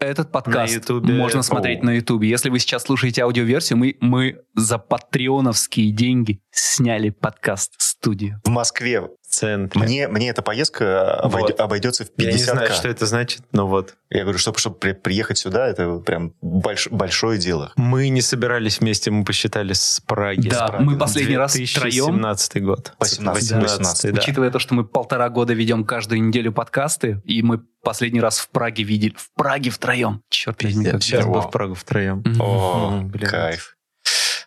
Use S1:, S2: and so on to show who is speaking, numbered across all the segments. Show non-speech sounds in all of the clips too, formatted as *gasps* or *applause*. S1: Этот подкаст
S2: На Ютубе.
S1: можно
S2: О.
S1: смотреть на Ютубе. Если вы сейчас слушаете аудиоверсию, мы, мы за патреоновские деньги сняли подкаст-студию.
S3: В Москве.
S2: в центре.
S3: Мне, мне эта поездка обойд-
S2: Вот.
S3: обойдется в
S2: Я
S3: 50
S2: не знаю, что это значит, но вот.
S3: Я говорю, чтобы, чтобы при- приехать сюда, это прям больш- большое дело.
S2: Мы не собирались вместе, мы посчитали с Праги.
S1: Да,
S2: с Праги.
S1: мы последний раз втроем-
S2: 2017 год.
S3: 18,
S2: 18, да.
S1: Учитывая то, что мы полтора года ведем каждую неделю подкасты, и мы последний раз в Праге видели. В Праге втроем. Черт возьми, как
S2: Сейчас
S1: здорово.
S2: бы в Прагу втроем.
S1: Мгм.
S3: О,
S2: М, блин.
S3: кайф.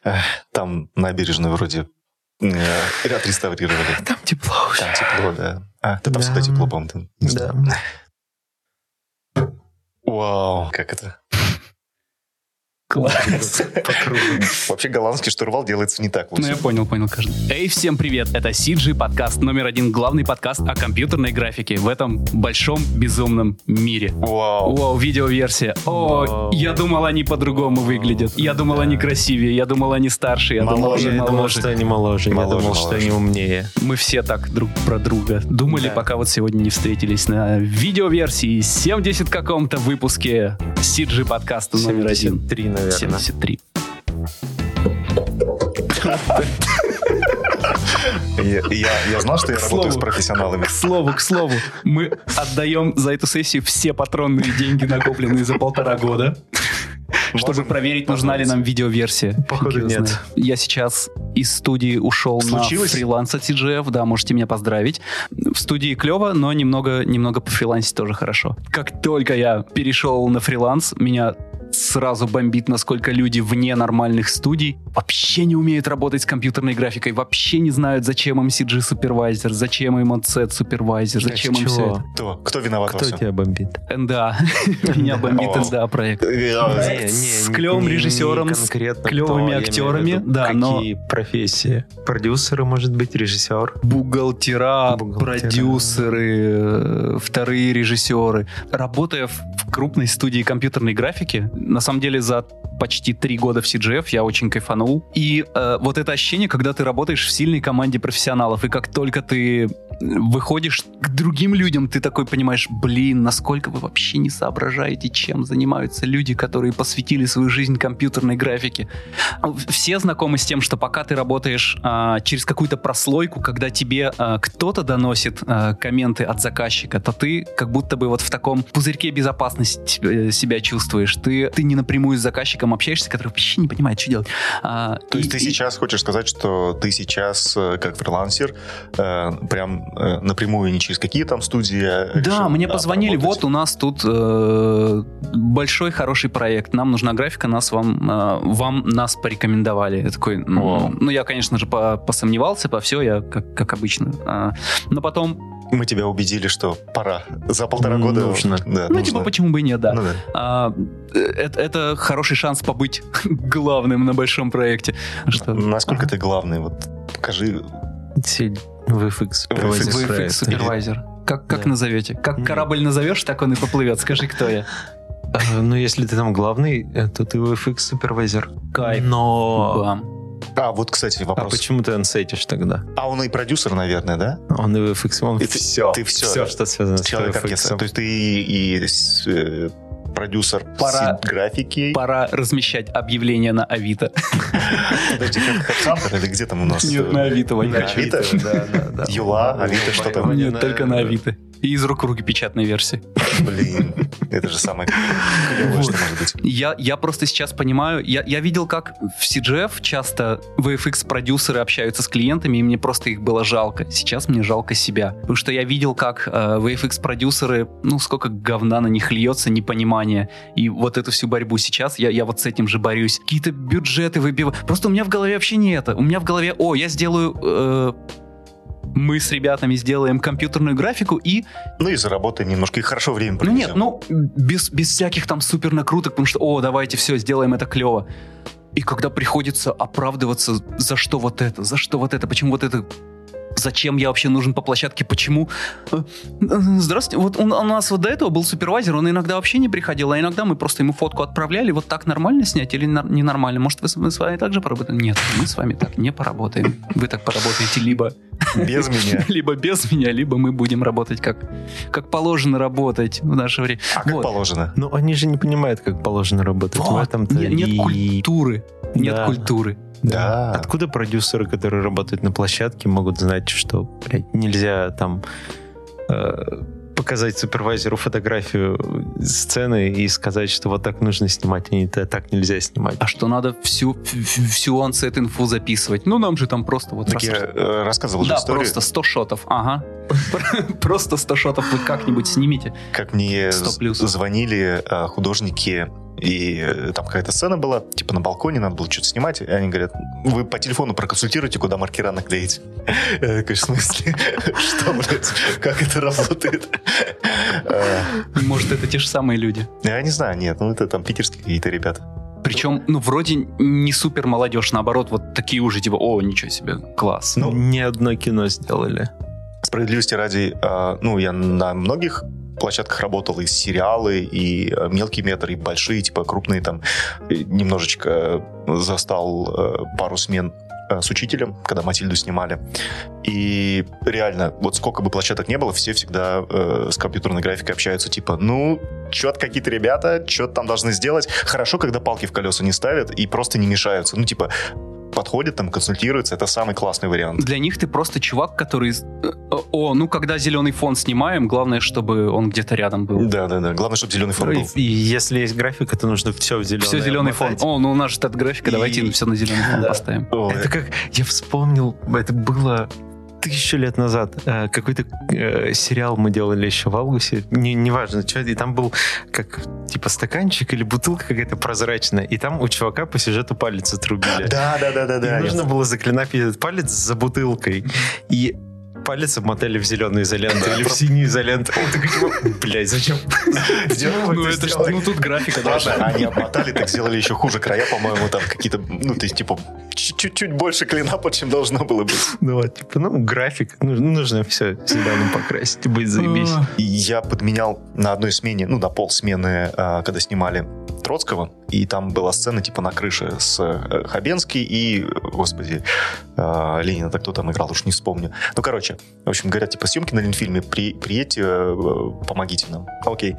S3: Эх, Там набережную вроде э, отреставрировали.
S2: Там тепло уже.
S3: Там тепло, да. А, да там
S2: Да.
S3: всегда тепло, по-моему. там, не
S2: Да.
S3: знаю. Вау, как это?
S1: Класс.
S2: *laughs* По кругу.
S3: Вообще голландский штурвал делается не так. вот.
S1: Ну, я понял, понял, каждый. Эй, всем привет! Это CG подкаст номер один, главный подкаст о компьютерной графике в этом большом безумном мире.
S3: Вау.
S1: Вау, видеоверсия. О,
S2: Вау.
S1: я думал, они по-другому выглядят. Я думал, они
S2: Да.
S1: красивее. Я думал, они старше. Я думал,
S3: Моложе,
S1: они
S2: Я думал,
S1: моложе.
S2: что они моложе. Я
S3: Моложе,
S2: думал, что
S3: моложе.
S2: они умнее.
S1: Мы все так друг про друга думали,
S2: Да.
S1: пока вот сегодня не встретились на видеоверсии 70 каком-то выпуске CG подкаста номер один.
S2: Три, наверное.
S1: 73.
S3: Я, я- я знал, что я
S1: К
S3: работаю с
S1: слову.
S3: профессионалами.
S1: К слову, к слову, мы отдаем за эту сессию все патронные деньги, накопленные за полтора года, чтобы
S3: Можем
S1: проверить, нужна ли нам видеоверсия.
S2: Походу,
S1: Фиг его
S2: нет.
S1: знает. Я сейчас из студии ушел
S3: Случилось?
S1: на фриланс от CGF, да, можете меня поздравить. В студии клево, но немного, немного по фрилансе тоже хорошо. Как только я перешел на фриланс, меня сразу бомбит, насколько люди вне нормальных студий вообще не умеют работать с компьютерной графикой, вообще не знают, зачем им CG-супервайзер, зачем им OC-супервайзер, зачем им все это.
S3: Кто, кто виноват во
S2: Кто
S3: всем?
S2: тебя бомбит?
S1: НДА. *laughs* Меня бомбит
S3: О.
S1: НДА проект.
S3: Э,
S2: Не, не,
S1: С
S2: не-
S1: клёвым
S2: не- не
S1: режиссером, с
S2: конкретно
S1: клёвыми
S2: кто, я имею в
S1: актёрами,
S2: виду,
S1: да, но-
S2: Какие профессии? Продюсеры, может быть, режиссер?
S1: бухгалтера,
S2: Бухгалтера.
S1: продюсеры, э, вторые режиссеры. Работая в в крупной студии компьютерной графики, на самом деле за почти три года в CGF я очень кайфанул. И э, вот это ощущение, когда ты работаешь в сильной команде профессионалов, и как только ты выходишь к другим людям, ты такой понимаешь, блин, насколько вы вообще не соображаете, чем занимаются люди, которые посвятили свою жизнь компьютерной графике. Все знакомы с тем, что пока ты работаешь а, через какую-то прослойку, когда тебе а, кто-то доносит а, комменты от заказчика, то ты как будто бы вот в таком пузырьке безопасности э, себя чувствуешь. Ты, ты не напрямую с заказчиком общаешься, который вообще не понимает, что делать. А,
S3: То есть
S1: и-
S3: ты
S1: и-
S3: сейчас хочешь сказать, что ты сейчас, э, как фрилансер, э, прям э, напрямую не через какие там студии. а решил,
S1: Да, мне
S3: а,
S1: позвонили,
S3: поработать?
S1: вот у нас тут э, большой хороший проект, нам нужна графика, нас вам, э, вам нас порекомендовали. Я такой, м,
S3: Вау.
S1: ну я, конечно же, по- посомневался, по все, я как, как обычно. А, но потом,
S3: Мы тебя убедили, что пора. За полтора года.
S2: Нужно.
S3: Да,
S1: ну
S3: нужно.
S1: типа, почему бы и нет, да.
S3: Ну да.
S1: А, э, это, это хороший шанс побыть *laughs* главным на большом проекте. Что?
S3: Насколько ты главный? Вот покажи.
S2: Сидь в FX. проводишь
S3: FX,
S1: Вы
S2: проект.
S1: супервайзер. Как, как
S2: Да.
S1: назовете? Как
S3: Ну.
S2: Мгм.
S1: корабль назовешь, так он и поплывет. Скажи, кто я.
S2: Э, Ну, если ты там главный, э, то ты FX супервайзер.
S3: Ну.
S1: Кайф.
S2: Но...
S1: Бам.
S3: А, вот, кстати,
S2: А
S3: вопрос.
S2: почему ты ансетишь тогда?
S3: А, он и продюсер, наверное, да?
S2: Он и VFX, он
S3: И ты-
S2: все.
S3: ты всё.
S2: Все, что связано с
S3: Человек оркестра.
S2: VFX.
S3: То есть ты и, и с- э, продюсер
S1: Пора-
S3: сид- графики.
S1: Пора размещать объявление на Авито.
S3: Подожди, как
S1: *laughs*
S3: Headhunter или где там у нас?
S1: Нет, на Авито, Вань,
S3: На
S1: хочу.
S3: Авито?
S2: Да, да, да.
S3: Юла,
S2: Ну,
S3: Авито, что там?
S2: Ваня,
S1: Нет, только на
S2: э,
S1: Авито. И из рук в руки печатной версии.
S3: Блин, это же самое клевое, что может быть.
S1: Я, я просто сейчас понимаю, я, я видел, как в CGF часто VFX-продюсеры общаются с клиентами, и мне просто их было жалко. Сейчас мне жалко себя. Потому что я видел, как э, VFX-продюсеры, ну, сколько говна на них льется, непонимание. И вот эту всю борьбу сейчас, я, я вот с этим же борюсь. Какие-то бюджеты выбиваю. Просто у меня в голове вообще не это. У меня в голове, о, я сделаю... э, мы с ребятами сделаем компьютерную графику и
S3: Ну и заработай немножко, и хорошо время
S1: Ну нет,
S3: проведем.
S1: ну без, без всяких там супер накруток, потому что, о, давайте все, сделаем это клево. И когда приходится оправдываться, за что вот это, за что вот это, почему вот это зачем я вообще нужен по площадке, почему... Э, э, Здравствуйте, вот он- у нас вот до этого был супервайзер, он иногда вообще не приходил, а иногда мы просто ему фотку отправляли, вот так нормально снять или нар- ненормально? Может, вы с- мы с вами так же поработаем? Нет, мы с вами так не поработаем. Вы так поработаете либо...
S3: Без
S1: *laughs*
S3: меня.
S1: Либо без меня, либо мы будем работать как, как положено работать в наше время.
S3: А как
S1: Вот.
S3: положено?
S2: Ну, они же не понимают, как положено работать. В
S1: Вот.
S2: этом-то
S1: Не- нет,
S2: и-
S1: культуры. Нет
S2: Да.
S1: культуры.
S3: Да.
S2: Откуда продюсеры, которые работают на площадке, могут знать, что блядь, нельзя там э, показать супервайзеру фотографию сцены и сказать, что вот так нужно снимать, а не та- так нельзя снимать.
S1: А что надо всю, всю- всю онсет инфу записывать? Ну, нам же там просто вот...
S3: Так я
S1: раз-
S3: э, рассказывал же
S1: Да,
S3: историю,
S1: просто 100 шотов, ага. *laughs* Просто 100 шотов вы как-нибудь снимите.
S3: как мне
S1: 100
S3: з-
S1: плюс.
S3: звонили э, художники, и э, там какая-то сцена была, типа на балконе надо было что-то снимать, и они говорят, вы по телефону проконсультируйте, куда маркера наклеить. *laughs* Я такой, в смысле? *laughs* Что, блядь? Как это работает? *laughs* Э,
S1: Может, это те же самые люди.
S3: Я не знаю, нет, ну это там питерские какие-то ребята.
S1: Причем, ну, вроде не супер молодежь, наоборот, вот такие уже, типа, о, ничего себе, класс.
S3: Ну,
S2: Ни одно кино сделали.
S3: Справедливости ради, э, ну, я на многих площадках работал и сериалы, и э, мелкий метр, и большие, типа крупные там. И Немножечко э, застал э, пару смен э, с учителем, когда Матильду снимали. И реально, вот сколько бы площадок не было, все всегда э, с компьютерной графикой общаются, типа, ну, чё-то какие-то ребята, что-то там должны сделать. Хорошо, когда палки в колеса не ставят и просто не мешаются. Ну, типа, подходят там, консультируются, это самый классный вариант.
S1: Для них ты просто чувак, который... э, О, ну, когда зеленый фон снимаем, главное, чтобы он где-то рядом был.
S3: Да-да-да, главное, чтобы зеленый фон был.
S2: Ну, И если есть графика, то нужно все в зеленый.
S1: Все зеленый фон. О, ну у нас же от графика,
S3: И-
S1: давайте все на зеленый фон
S2: Да.
S1: поставим.
S3: Ой,
S2: Это как... Я вспомнил, это было тысячу лет назад. Э, Какой-то э, сериал мы делали еще в августе. Не- Неважно, что. И там был как типа стаканчик или бутылка какая-то прозрачная. И там у чувака по сюжету палец отрубили.
S3: Да, да, да, да,
S2: И
S3: да.
S2: нужно было заклинать этот палец за бутылкой. И палец обмотали в зеленую изоленту или в синюю изоленту. Он такой, типа, блядь, зачем? *laughs* зачем вы
S1: Ну,
S2: это
S1: это ж-
S2: сделали?»
S1: ну, тут графика
S3: Ладно,
S1: должна.
S3: они обмотали, так сделали еще хуже края, по-моему, там какие-то, ну, то есть, типа, ч- чуть-чуть больше клинапа, чем должно было быть.
S2: Ну, вот, типа, ну, график. ну, Нужно все зеленым покрасить. и Будет заебись.
S1: А.
S3: И я подменял на одной смене, ну, на пол смены, а, когда снимали Троцкого, и там была сцена, типа, на крыше с э, Хабенский и, э, господи, э, Ленина, так кто там играл, уж не вспомню. Ну, короче, в общем, говорят, типа, съемки на Ленфильме, при, приедьте, э, э, помогите нам. Окей.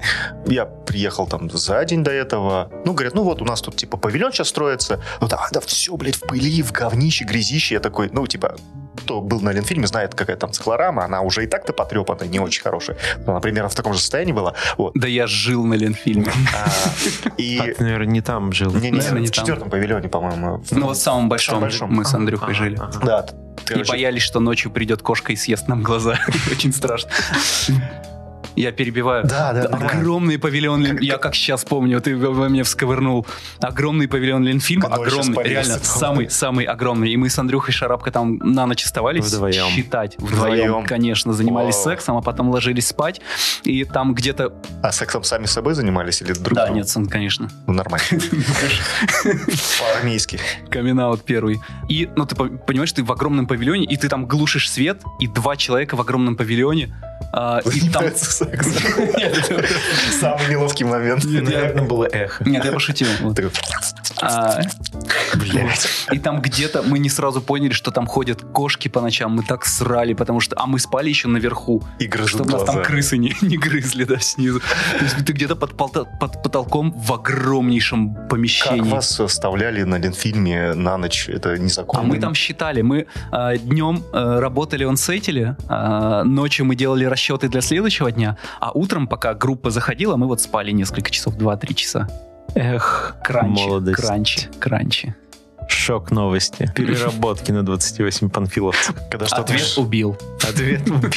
S3: Я приехал там за день до этого. Ну, говорят, ну вот, у нас тут, типа, павильон сейчас строится. Ну, да, да, все, блядь, в пыли, в говнище, грязище. Я такой, ну, типа, кто был на Ленфильме, знает, какая там циклорама. Она уже и так-то потрепанная, не очень хорошая. Она примерно в таком же состоянии была. Вот.
S1: Да я жил на Ленфильме. *laughs*
S3: А,
S2: А
S3: И...
S2: ты, наверное, не там жил.
S3: Не, не,
S1: Наверное, не
S3: в
S1: там.
S3: четвертом павильоне, по-моему.
S1: Ну, вот в самом
S3: Самом
S1: большом
S3: большом.
S1: мы с Андрюхой
S2: Ага,
S1: жили.
S2: А, ага.
S3: Да. т-
S1: И
S3: короче,
S1: боялись, что ночью придет кошка и съест нам глаза. *laughs* Очень страшно. Я перебиваю.
S3: А, Да, да, да.
S1: Огромный павильон, Лен- я как сейчас помню, ты во- во меня всковырнул. Огромный павильон Ленфильма,
S3: Который щас
S1: огромный,
S3: повесит.
S1: реально самый-самый огромный. И мы с Андрюхой Шарапко там на ночь оставались
S2: Вдвоем.
S1: считать вдвоем,
S3: Вдвоем.
S1: конечно, занимались
S3: Вау.
S1: сексом, а потом ложились спать. И там где-то...
S3: А сексом сами с собой занимались или друг
S1: да,
S3: другом?
S1: нет, сон, конечно. *laughs*
S3: Ну, нормально. По-армейски.
S1: Камин-аут первый. И, ну, ты по- понимаешь, ты в огромном павильоне, и ты там глушишь свет, и два человека в огромном павильоне, а, и там...
S3: Занимаются сексом.
S1: Нет, это-
S3: Самый неловкий момент.
S1: Нет, я-
S2: Наверное, было эхо.
S1: *laughs* Нет, я пошутил. Вот.
S3: Такой,
S1: А,
S3: блядь.
S1: И там где-то мы не сразу поняли, что там ходят кошки по ночам. Мы так срали, потому что... А мы спали еще наверху,
S3: И грызут
S1: чтобы нас там
S3: глаза.
S1: крысы не, не грызли, да, снизу. То есть ты где-то под, полта- под потолком в огромнейшем
S3: Как
S1: помещении.
S3: вас оставляли на Ленфильме на ночь? Это
S1: А
S3: незаконно.
S1: мы там считали, мы э, днем э, работали онсетили, э, ночью мы делали расчеты для следующего дня, а утром, пока группа заходила, мы вот спали несколько часов, 2-3 часа.
S2: Эх,
S1: Кранчи,
S2: молодость.
S1: кранчи, кранчи.
S2: Шок новости. Переработки на 28 панфиловцев.
S3: Когда что-то...
S1: Ответ убил.
S2: Ответ *laughs* убил.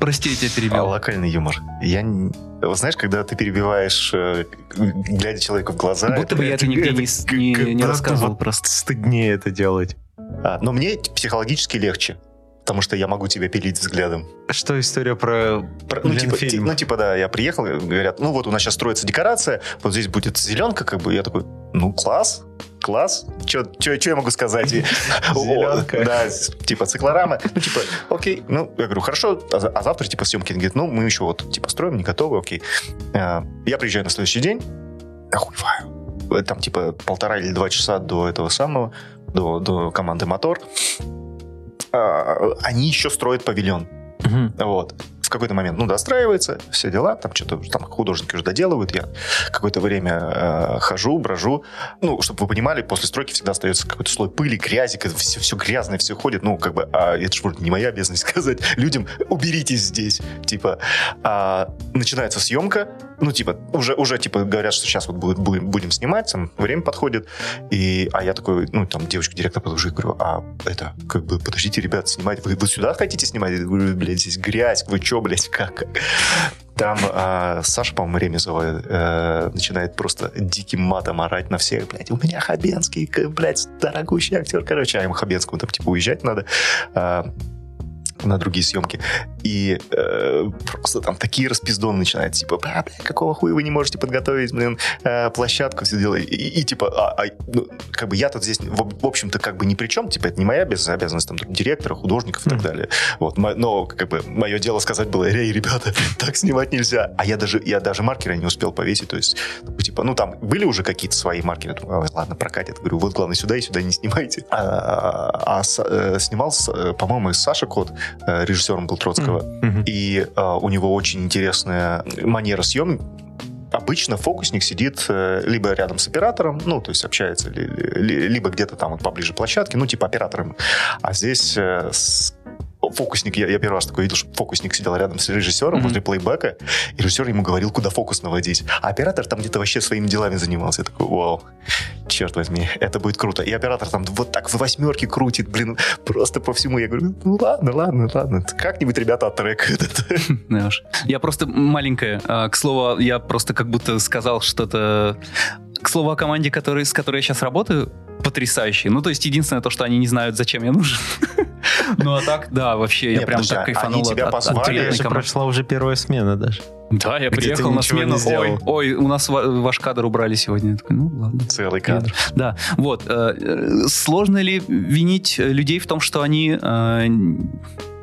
S1: Прости, я тебя
S3: А,
S1: перебил.
S3: локальный юмор. Я... не- Вот знаешь, когда ты перебиваешь, э, глядя человеку в глаза...
S1: Будто бы я это нигде не, с- не-
S2: как-
S1: не
S2: как-
S1: рассказывал
S2: вот
S1: просто.
S2: Стыднее это делать.
S3: А, но мне психологически легче. Потому что я могу тебя пилить взглядом.
S2: Что история про...
S3: Про- ну, типа,
S2: Ленфильм.
S3: ти- ну, типа, да, я приехал, говорят, ну вот у нас сейчас строится декорация, вот здесь будет зеленка, как бы, я такой, ну, класс, класс. Че я могу сказать? И-
S2: Зеленка.
S3: О, Да, с- типа циклорама. Ну, типа, окей. Ну, я говорю, хорошо, а за- а завтра типа съемки. Он говорит, ну, мы еще вот типа строим, не готовы, окей. Э, Я приезжаю на следующий день, охуеваю. Э, Там типа полтора или два часа до этого самого, до, до команды «Мотор». А, Они еще строят павильон.
S2: Мгм.
S3: Вот. В какой-то момент, ну, достраивается, все дела, там что-то, там художники уже доделывают, я какое-то время э, хожу, брожу. Ну, чтобы вы понимали, после стройки всегда остается какой-то слой пыли, грязи, все, все грязное, все ходит, ну, как бы, а это же вроде не моя обязанность *laughs* сказать людям, уберитесь здесь, типа. А, начинается съемка, ну, типа, уже, уже, типа, говорят, что сейчас вот будет, будем, будем снимать, там, время подходит, и, а я такой, ну, там, девочку-директор подложу и говорю, а это, как бы, подождите, ребят, снимать, вы, вы сюда хотите снимать? Я говорю, блядь, здесь грязь, вы чё, блядь, как? Там а, Саша, по-моему, Ремезова э, начинает просто диким матом орать на всех, блядь, у меня Хабенский, к- блядь, дорогущий актер, короче, а ему Хабенскому там, типа, уезжать надо. а, на другие съемки. И э, просто там такие распиздоны начинают, типа, «Бля, бля, какого хуя вы не можете подготовить, блин, э, площадку, все дела. И, и типа, а, а, ну, как бы я тут здесь, в, в общем-то, как бы ни при чем, типа, это не моя обяз- обязанность, там, директора, художников и так
S2: Мгм.
S3: далее. Вот, мо- но, как бы, мое дело сказать было, эй, ребята, *laughs* так снимать нельзя. А я даже, я даже маркера не успел повесить, то есть, типа, ну, там были уже какие-то свои маркеры, думаю, «Ой, ладно, прокатит. Говорю, вот, главное, сюда и сюда не снимайте. А, а с- э, снимал, с- э, по-моему, Саша Кот, э, режиссером был Троцкого,
S2: Мгм.
S3: и э, у него очень интересная манера съемки. Обычно фокусник сидит э, либо рядом с оператором, ну, то есть общается, ли- ли- либо где-то там вот поближе к площадке, ну, типа оператором. А здесь э, с- фокусник, я, я первый раз такой видел, что фокусник сидел рядом с режиссером
S1: Мгм.
S3: возле плейбека, и режиссер ему говорил, куда фокус наводить. А оператор там где-то вообще своими делами занимался. Я такой, вау, черт возьми, это будет круто. И оператор там вот так в восьмерке крутит, блин, просто по всему. Я говорю, ну ладно, ладно, ладно, как-нибудь ребята оттрек этот. *laughs*
S1: Да уж. Я просто маленькая. К слову, я просто как будто сказал что-то... К слову о команде, который, с которой я сейчас работаю, потрясающие. Ну, то есть, единственное то, что они не знают, зачем я нужен. *laughs* Ну, а так, да, вообще, я
S3: Не,
S1: прям
S3: подожди,
S2: а
S1: так
S3: они
S1: кайфанул от-
S3: тебя
S1: от- от
S3: позвали,
S1: тренерной
S2: Конечно,
S1: команды.
S2: прошла уже первая смена даже.
S1: Да, я
S2: где ты
S1: приехал на
S2: ничего не
S1: смену. Ой,
S2: сделал.
S1: ой, у нас ва- ваш кадр убрали сегодня. Я такой, ну, ладно.
S3: Целый кадр.
S1: Да, вот. э, э, Сложно ли винить э, людей в том, что они э, н-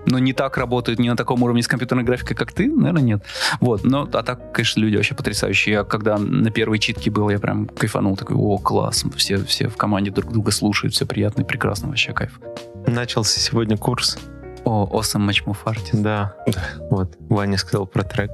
S1: ну, не так работают, не на таком уровне с компьютерной графикой, как ты? Наверное, нет. Вот, но, а так, конечно, люди вообще потрясающие. Я когда на первой читке был, я прям кайфанул, такой, о, класс, все, все в команде друг друга слушают, все приятно и прекрасно, вообще кайф.
S2: Начался сегодня курс.
S1: О, awesome match move artist.
S2: Да. Вот. Ваня сказал про трек.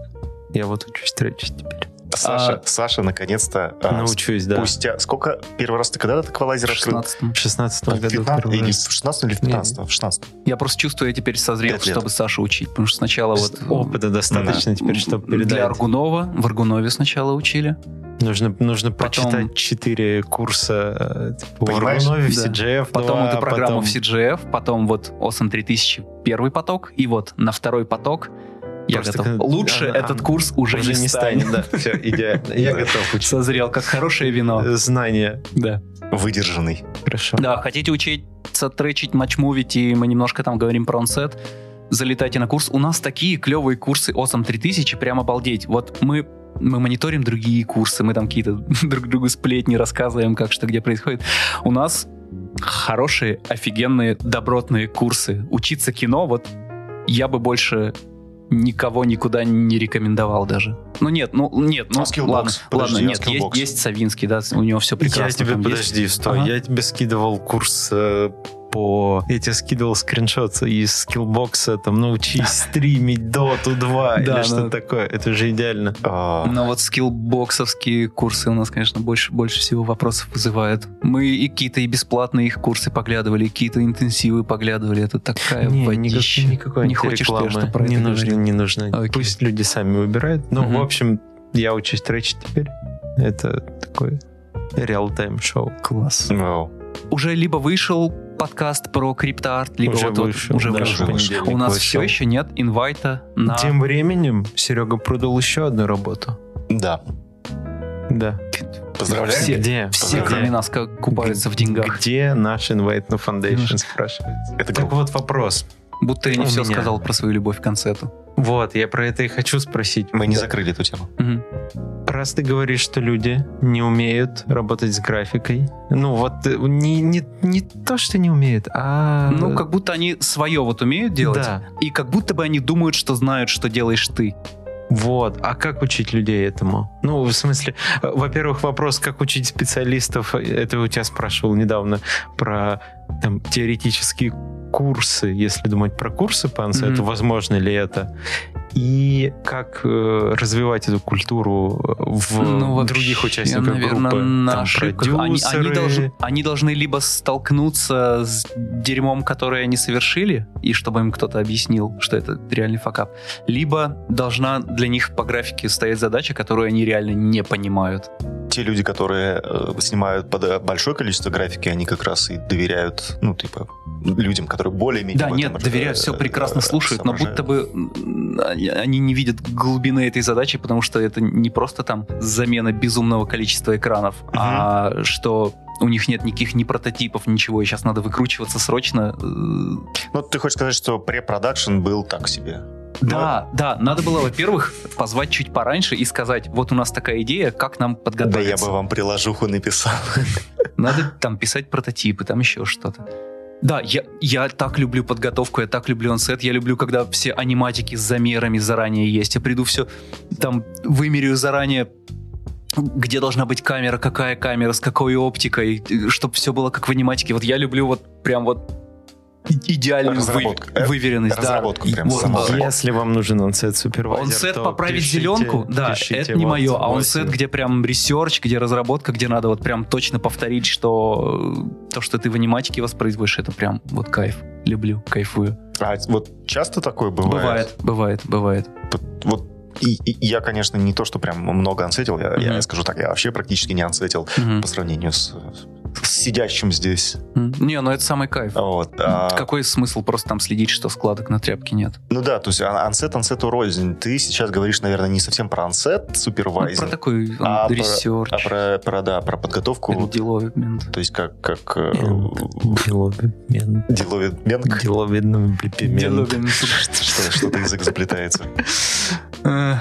S2: Я вот учусь тречить теперь.
S3: Саша, Саша наконец-то а,
S2: Научусь, а да.
S3: спустя... Сколько? Первый раз ты когда так эквалайзер
S1: В
S3: открыл?
S1: 16-м.
S2: В 16
S3: В
S2: году.
S3: 15
S2: первый
S3: или
S2: раз.
S3: в 16 или в 15? В 16.
S1: Я просто чувствую, я теперь созрел,
S3: Пять лет.
S1: чтобы Сашу учить, потому что
S2: А
S1: сначала вот... э,
S2: Опыта достаточно теперь, чтобы передать.
S1: Для Аргунова, в Аргунове сначала учили.
S2: Нужно, нужно
S1: Потом-
S2: прочитать 4 курса э, типа, в
S3: Понимаешь?
S2: Аргунове, в
S1: Да.
S2: CGF
S1: ну, а Потом
S2: 2,
S1: эту программу
S2: Ну, а потом-
S1: в CGF, потом вот OSM 3000 первый поток, и вот на второй поток я
S2: Просто
S1: готов.
S2: когда-
S1: Лучше
S2: она-
S1: этот курс уже,
S2: уже
S1: не станет.
S2: да. Все, идеально. Я
S3: Да.
S2: готов учиться.
S1: Созрел, как хорошее вино.
S2: Э, Знания.
S1: Да.
S3: Выдержанный.
S2: Хорошо.
S1: Да, хотите учиться тречить, матчмувить, и мы немножко там говорим про онсет, залетайте на курс. У нас такие клевые курсы OSM 3000, прям обалдеть. Вот мы мы мониторим другие курсы, мы там какие-то *laughs* друг другу сплетни рассказываем, как что где происходит. У нас хорошие, офигенные, добротные курсы. Учиться кино, вот я бы больше никого никуда не рекомендовал даже. Ну нет, ну нет, ну
S3: А Skillbox?
S1: ладно,
S3: Подожди,
S1: ладно,
S3: а
S1: нет, есть,
S3: Skillbox?
S1: есть Савинский, да, у него все прекрасно.
S2: Я тебе,
S1: там есть.
S2: подожди, стой.
S1: Ага.
S2: Я тебе скидывал курс э, по... Я тебе скидывал скриншот из скиллбокса, там, научись стримить Dota 2
S1: Да,
S2: или что-то
S1: да.
S2: такое. Это же идеально.
S3: А,
S1: Но вот скиллбоксовские курсы у нас, конечно, больше, больше всего вопросов вызывают. Мы и какие-то и бесплатные их курсы поглядывали, и какие-то интенсивы поглядывали. Это такая водища.
S2: никакой
S1: Не хочешь ты, я что про
S2: не
S1: это
S2: нужно,
S1: говорю?
S2: не нужно.
S1: Окей.
S2: Пусть люди сами выбирают. Ну,
S1: Мгм.
S2: в общем, я учусь тречить теперь. Это такое реал-тайм шоу.
S1: Класс.
S3: вау.
S1: Уже либо вышел подкаст про криптоарт, либо вот- вот уже
S2: да,
S1: вышел.
S2: в понедельник
S1: У нас все
S2: вышел.
S1: еще нет инвайта на...
S2: Тем временем Серега продал еще одну работу.
S3: Да.
S2: Да.
S3: Поздравляю.
S1: Все-
S2: Где?
S1: Все,
S2: Где?
S1: кроме нас, как купаются в деньгах.
S2: Где наш Invite на Foundation,
S1: Конечно.
S2: спрашивается.
S3: Это
S2: Так
S3: группа.
S2: вот вопрос.
S1: Будто я не
S2: У
S1: все
S2: меня.
S1: сказал про свою любовь к концерту.
S2: Вот, я про это и хочу спросить.
S3: Мы не закрыли эту тему.
S1: Мгм.
S2: раз ты говоришь, что люди не умеют работать с графикой, ну вот э, не, не, не то, что не умеют, а...
S1: Ну, как будто они свое вот умеют делать,
S2: Да,
S1: и как будто бы они думают, что знают, что делаешь ты.
S2: вот. А как учить людей этому? Ну, в смысле, э, во-первых, вопрос, как учить специалистов, это я у тебя спрашивал недавно про там, теоретические курсы, если думать про курсы по ансету,
S1: Мгм.
S2: возможно ли это? И как э, развивать эту культуру э, в
S1: Ну, вообще,
S2: других участниках
S1: наверное,
S2: группы? Там
S1: на ошибках. Они, они
S2: продюсеры.
S1: должны, они должны либо столкнуться с дерьмом, которое они совершили, и чтобы им кто-то объяснил, что это реальный факап, либо должна для них по графике стоять задача, которую они реально не понимают.
S3: Те люди, которые э, снимают под э, большое количество графики, они как раз и доверяют, ну, типа, людям, которые более-менее...
S1: Да,
S3: в этом,
S1: нет,
S3: э,
S1: доверяют, все
S3: э,
S1: прекрасно
S3: э,
S1: слушают, но
S3: соображают.
S1: будто бы м, они они не видят глубины этой задачи, потому что это не просто там замена безумного количества экранов, а что у них нет никаких ни прототипов, ничего, и сейчас надо выкручиваться срочно. э,
S3: Ну, ты хочешь сказать, что препродакшн был так себе?
S1: Да, да, надо было, во-первых, позвать чуть пораньше и сказать, вот у нас такая идея, как нам
S3: Да я
S1: подготовиться.
S3: бы вам приложуху написал.
S1: Надо там писать прототипы, там еще что-то. Да, я, я так люблю подготовку, я так люблю онсет, я люблю, когда все аниматики с замерами заранее есть. Я приду все, там, вымерю заранее, где должна быть камера, какая камера, с какой оптикой, чтобы все было как в аниматике. Вот я люблю вот прям вот и- идеальную вы-
S3: Разработку, э,
S1: выверенность. да.
S3: разработку прям
S1: Вот,
S3: самого.
S1: э,
S2: Если вам нужен онсет супервайзер,
S1: Онсет
S2: то
S1: поправить
S2: пишите-
S1: зеленку, да,
S2: пишите
S1: это не
S2: в
S1: мое, а
S2: WhatsApp.
S1: онсет, где прям ресерч, где разработка, где надо вот прям точно повторить, что э, то, что ты в аниматике воспроизводишь, это прям вот кайф. Люблю, кайфую.
S3: А вот часто такое бывает?
S1: Бывает, бывает, бывает.
S3: Вот и, и я, конечно, не то, что прям много ансетил, я, я
S1: Мгм.
S3: скажу так, я вообще практически не ансетил
S1: Мгм.
S3: по сравнению с, с сидящим здесь.
S1: М. Не, ну это самый кайф.
S3: Вот. а,
S1: Какой смысл просто там следить, что складок на тряпке нет?
S3: Ну да, то есть ан- ансет ансету рознь. Ты сейчас говоришь, наверное, не совсем про ансет,
S1: Ну,
S3: супервайзер,
S1: про такой
S3: А, про-
S1: ресерч,
S3: а про, про, да, про подготовку, то есть как, как э,
S2: Деловидмен.
S3: деловит менк.
S2: Деловидным блепимент.
S3: *laughs* Что- Что-то язык заплетается.
S1: Э,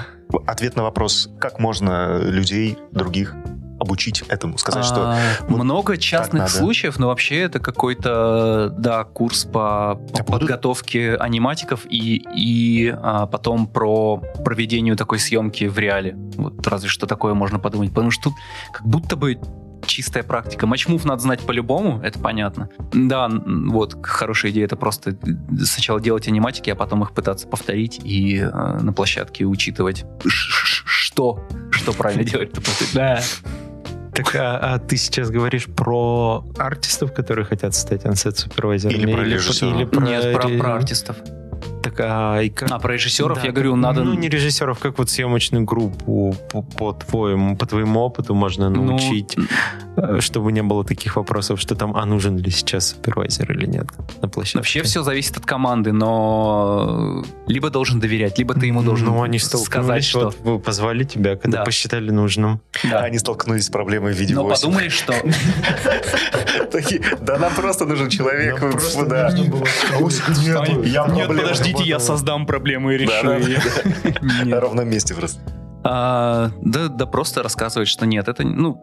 S3: Ответ на вопрос, как можно людей, других обучить этому? Сказать, что
S1: А,
S3: вот
S1: много частных
S3: надо.
S1: случаев, но вообще это какой-то да курс по, по
S3: А будут-
S1: подготовке аниматиков и и а, потом про проведению такой съемки в реале. Вот разве что такое можно подумать, потому что тут как будто бы чистая практика. Матчмув надо знать по-любому, это понятно. Да, н- вот, хорошая идея, это просто сначала делать аниматики, а потом их пытаться повторить и э, на площадке учитывать, ш- ш- ш- что, что
S3: *laughs*
S1: правильно делать. Да.
S2: Так, а, а ты сейчас говоришь про артистов, которые хотят стать ансет супервайзерами?
S3: Или про режиссера.
S2: или про,
S1: Нет, про,
S2: ре-
S1: про артистов.
S2: Так, а, и как-
S1: А про режиссеров
S2: Да,
S1: я
S2: так,
S1: говорю, надо...
S2: Ну, не режиссеров, как вот съемочную группу по, по твоему, по твоему опыту можно
S1: Ну,
S2: научить, э, чтобы не было таких вопросов, что там, а нужен ли сейчас супервайзер или нет на площадке.
S1: Вообще все зависит от команды, но э, либо должен доверять, либо ты ему должен
S2: Ну, они
S1: сказать,
S2: столкнулись,
S1: что...
S2: вот вы позвали тебя, когда
S1: Да.
S2: посчитали нужным.
S1: Да.
S3: они столкнулись с проблемой видео.
S1: А. Но
S2: *laughs*
S1: подумали, что...
S3: Такие, *laughs* да нам просто нужен человек.
S2: Нам
S3: в-
S2: просто
S3: да».
S2: нужно было
S3: А он говорит, «Нет,
S1: Они-
S3: я
S1: Нет,
S3: проблема».
S1: подождите, я
S2: Работала.
S1: создам проблему и
S3: Да, да,
S1: решу ее.
S2: *laughs*
S3: На
S1: Нет.
S3: ровном месте просто.
S1: А, Да, да просто рассказывать, что нет, это, ну...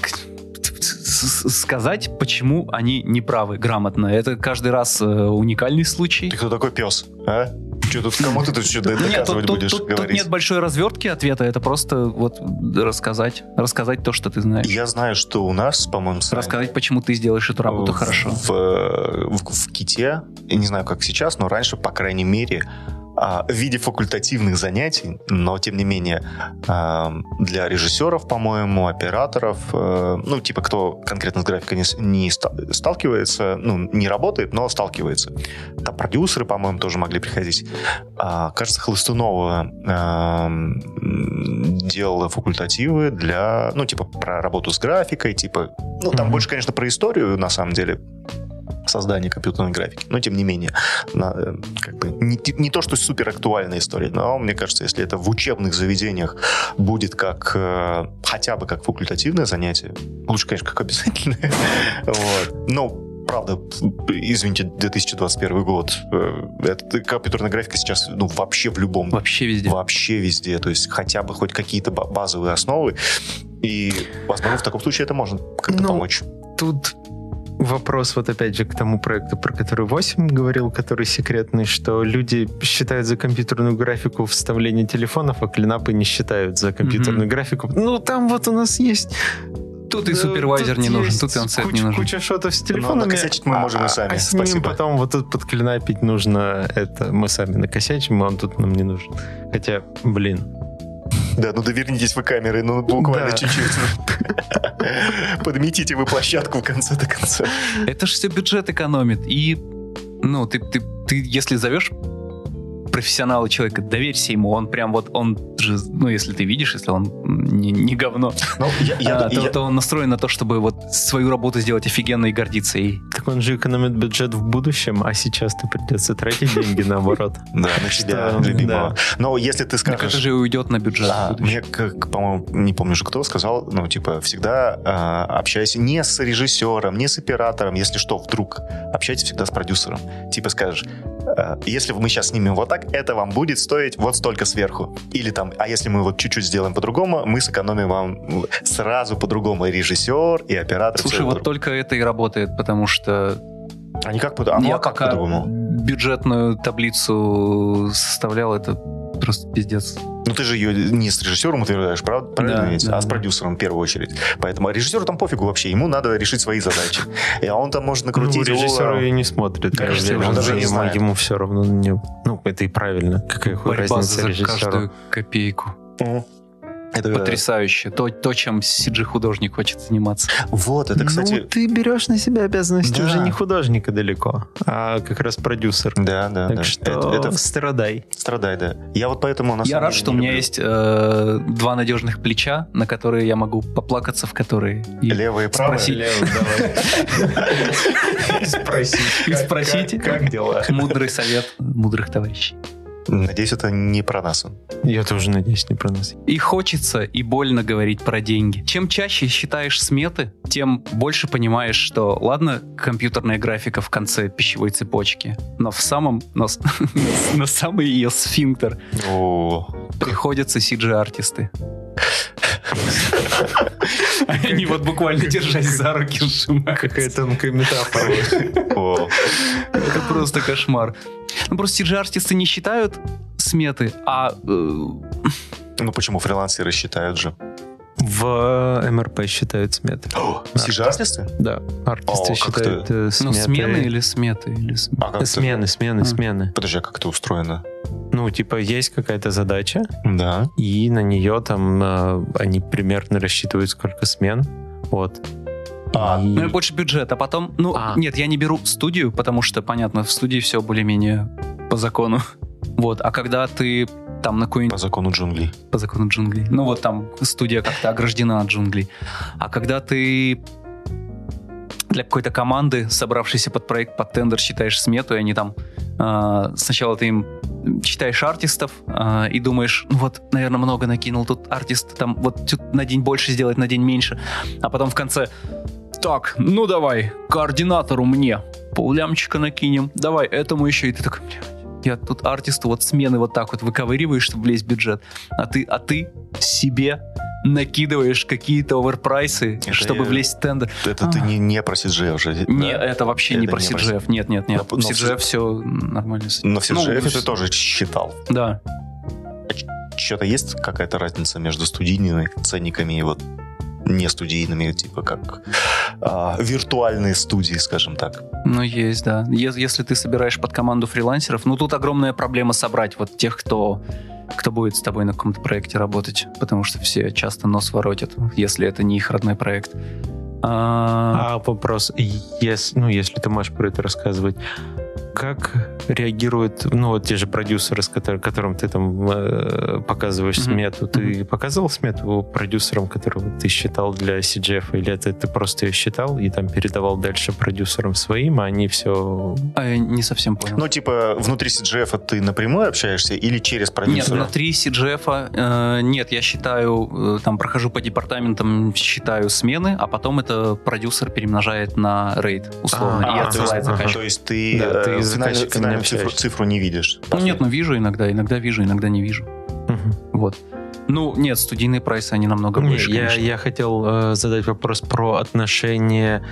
S1: к- с- с- Сказать, почему они не правы грамотно. Это каждый раз э, уникальный случай.
S3: Ты кто такой пес? А? Че тут кому ты тут что
S1: Ну, нет, тут,
S3: доказывать
S1: тут-
S3: будешь
S1: тут- тут
S3: говорить?
S1: нет большой развертки ответа, это просто вот рассказать, рассказать то, что ты знаешь.
S3: Я знаю, что у нас, по-моему, с Раней,
S1: Рассказать, почему ты сделаешь эту работу
S3: в-
S1: хорошо.
S3: В, э, в, в ките, я не знаю, как сейчас, но раньше, по крайней мере, а, в виде факультативных занятий, но тем не менее а, для режиссеров, по-моему, операторов, э, ну типа кто конкретно с графикой не, с- не ста- сталкивается, ну не работает, но сталкивается. Там продюсеры, по-моему, тоже могли приходить. А, кажется, Холостунова эм, делала факультативы для, ну типа про работу с графикой, типа, ну там
S2: Мгм.
S3: больше, конечно, про историю на самом деле создания компьютерной графики, но тем не менее на- э, как бы не, те- не то, что супер актуальная история, но мне кажется, если это в учебных заведениях будет как э, хотя бы как факультативное занятие, лучше, конечно, как обязательное. *laughs* Вот. Но правда, извините, 2021 год, э, это, компьютерная графика сейчас ну, вообще в любом...
S1: Вообще везде.
S3: Вообще везде. То есть хотя бы хоть какие-то ба- базовые основы. И, возможно, в таком случае это можно как-то
S2: Ну,
S3: помочь.
S2: Тут вопрос вот опять же к тому проекту, про который 8 говорил, который секретный, что люди считают за компьютерную графику вставление телефонов, а клинапы не считают за компьютерную
S1: Мгм.
S2: графику. Ну, там вот у нас есть...
S1: Тут и
S2: э,
S1: супервайзер
S2: тут
S1: не нужен,
S2: есть
S1: тут и ансет
S2: куча,
S1: не нужен.
S2: Куча шотов с телефонами.
S3: накосячить мы можем и
S2: а-
S3: сами,
S2: А с ним
S3: спасибо.
S2: потом вот тут подклинапить нужно это. Мы сами накосячим, а он тут нам не нужен. Хотя, блин.
S3: Да, ну довернитесь вы камерой, ну буквально
S2: Да.
S3: чуть-чуть. Подметите вы площадку в конце до конца.
S1: Это же все бюджет экономит. И, ну, ты, ты, ты если зовешь профессионала человека, доверься ему, он прям вот, он же, ну, если ты видишь, если он не, не говно,
S3: Ну, я- я-
S1: а, то,
S3: я-
S1: то он настроен на то, чтобы вот свою работу сделать офигенно и гордиться ей.
S2: Так он же экономит бюджет в будущем, а сейчас-то придется тратить деньги наоборот.
S3: Да, на себя
S2: Что,
S3: любимого.
S2: да.
S3: Но если ты
S1: Так это
S3: скажешь...
S1: же уйдет на бюджет.
S3: А,
S1: в будущем.
S3: мне, как, по-моему, не помню же кто сказал, ну, типа, всегда э, общайся не с режиссером, не с оператором, если что, вдруг. Общайтесь всегда с продюсером. Типа скажешь, э, если мы сейчас снимем вот так, это вам будет стоить вот столько сверху. Или там, а если мы вот чуть-чуть сделаем по-другому, мы сэкономим вам ну, сразу по-другому и режиссер, и оператор. всё
S1: Слушай, вот
S3: по-другому.
S1: только это и работает, потому что
S3: А не как по- а ну,
S1: я
S3: а как
S1: пока
S3: по-другому?
S1: бюджетную таблицу составлял, это просто пиздец.
S3: Ну, ты же ее не с режиссером утверждаешь, правда? Правильно
S1: Да,
S3: ведь?
S1: да,
S3: а с
S1: да.
S3: продюсером в первую очередь. Поэтому а режиссеру там пофигу вообще, ему надо решить свои задачи. И а он там может накрутить...
S2: ну, режиссер
S3: о,
S2: ее не смотрит.
S3: Да,
S1: режиссер
S2: наверное,
S1: он даже
S2: ему,
S1: не
S3: знает.
S2: ему все равно на неё. Ну, это и правильно. Какая хуй
S1: Борьба
S2: разница
S1: за
S2: режиссеру.
S1: каждую копейку.
S3: м. Это
S1: Потрясающе. То, то, чем CG-художник хочет заниматься.
S3: Вот, это,
S2: Ну,
S3: кстати...
S2: ты берешь на себя обязанности
S3: Да.
S2: уже не художника далеко, а как раз продюсер.
S3: Да, да,
S2: так
S3: да.
S2: что
S3: Это, это
S2: страдай.
S3: страдай, да. Я вот поэтому... на
S1: Я
S3: самом
S1: рад,
S3: деле
S1: что у
S3: не
S1: меня
S3: люблю
S1: есть э, два надежных плеча, на которые я могу поплакаться, в которые и,
S3: Левые и правые.
S1: Спроси. и спросить
S2: дела?
S1: мудрый совет мудрых товарищей.
S3: Надеюсь, это не про нас он.
S2: *laughs* Я тоже надеюсь, не про нас.
S1: И хочется, и больно говорить про деньги. Чем чаще считаешь сметы, тем больше понимаешь, что ладно, компьютерная графика в конце пищевой цепочки, но в самом, но с- *laughs* на самый ее сфинктер
S3: О,
S1: приходятся CG-артисты. Они вот буквально держась за руки
S2: Какая
S1: сжимают.
S2: тонкая метафора.
S3: о.
S1: Это просто кошмар. Ну просто CG-артисты не считают сметы, а э,
S3: Ну почему фрилансеры считают же?
S2: В МРП считают сметы.
S3: О, Сижарстве?
S2: Да, артисты
S3: О, как
S2: считают э,
S1: ну,
S2: сметы.
S1: смены или сметы? или см-
S3: А как это-
S2: Смены, смены,
S1: А.
S2: смены.
S3: Подожди, а как это устроено?
S2: Ну, типа, есть какая-то задача,
S3: Да.
S2: и на нее там э, они примерно рассчитывают, сколько смен. Вот.
S3: А,
S2: И-
S1: Ну и больше бюджет, а потом... Ну,
S2: А.
S1: нет, я не беру студию, потому что, понятно, в студии все более-менее по закону. *laughs* Вот, а когда ты там на какой-нибудь...
S3: по закону джунглей.
S1: По закону джунглей. Ну вот там студия как-то ограждена от джунглей. А когда ты для какой-то команды, собравшейся под проект, под тендер, считаешь смету, и они там... э, сначала ты им читаешь артистов э, и думаешь, ну вот, наверное, много накинул тут артист, там вот тут на день больше сделать, на день меньше. А потом в конце, так, ну давай, координатору мне поллямчика накинем, давай этому еще. И ты такой, «Блядь, я тут артисту вот смены вот так вот выковыриваешь, чтобы влезть в бюджет. А ты, а ты себе накидываешь какие-то оверпрайсы,
S3: Это
S1: чтобы
S3: я-
S1: влезть в тендер.
S3: Это ты
S1: А.
S3: не, не про CGI уже. да?
S1: Не,
S2: э,
S1: это вообще не
S3: Это
S1: про
S3: не про
S1: CGF. Нет, нет, нет.
S3: Но- но в
S1: CGF все нормально. с-
S3: Но в CGI
S1: ну,
S3: ты
S1: с-
S3: тоже считал.
S1: Да.
S3: Что-то есть какая-то разница между студийными ценниками и вот не студийными, типа как а, виртуальные студии, скажем так.
S1: Ну, есть, да. Е- Если ты собираешь под команду фрилансеров, ну, тут огромная проблема собрать вот тех, кто кто будет с тобой на каком-то проекте работать, потому что все часто нос воротят, если это не их родной проект. А,
S2: А вопрос, ес- ну, если ты можешь про это рассказывать, как реагируют, ну, вот те же продюсеры, с котор- которым ты там э, показываешь
S1: Мгм.
S2: смету. Ты показывал смету продюсерам, которого ты считал для CGF, или это ты просто ее считал и там передавал дальше продюсерам своим, а они все...
S1: А, я не совсем понял.
S3: Ну, типа, внутри CGF ты напрямую общаешься или через
S1: Нет,
S3: продюсера?
S1: внутри CGF э, нет, я считаю, э, там прохожу по департаментам, считаю смены, а потом это продюсер перемножает на рейд, условно,
S2: А,
S1: и
S2: а,
S1: отсылает
S2: ага.
S1: заказчик.
S3: То есть ты,
S2: Да,
S3: э,
S2: ты с
S3: финальную-
S2: заказчиком не
S3: финальную цифру,
S2: общаешься.
S3: цифру не видишь.
S1: Ну нет, ну вижу иногда, иногда вижу, иногда не вижу. Вот. Ну, нет, студийные прайсы, они намного
S2: Ну, Не,
S1: больше,
S2: я,
S1: конечно.
S2: я хотел э, задать вопрос про отношение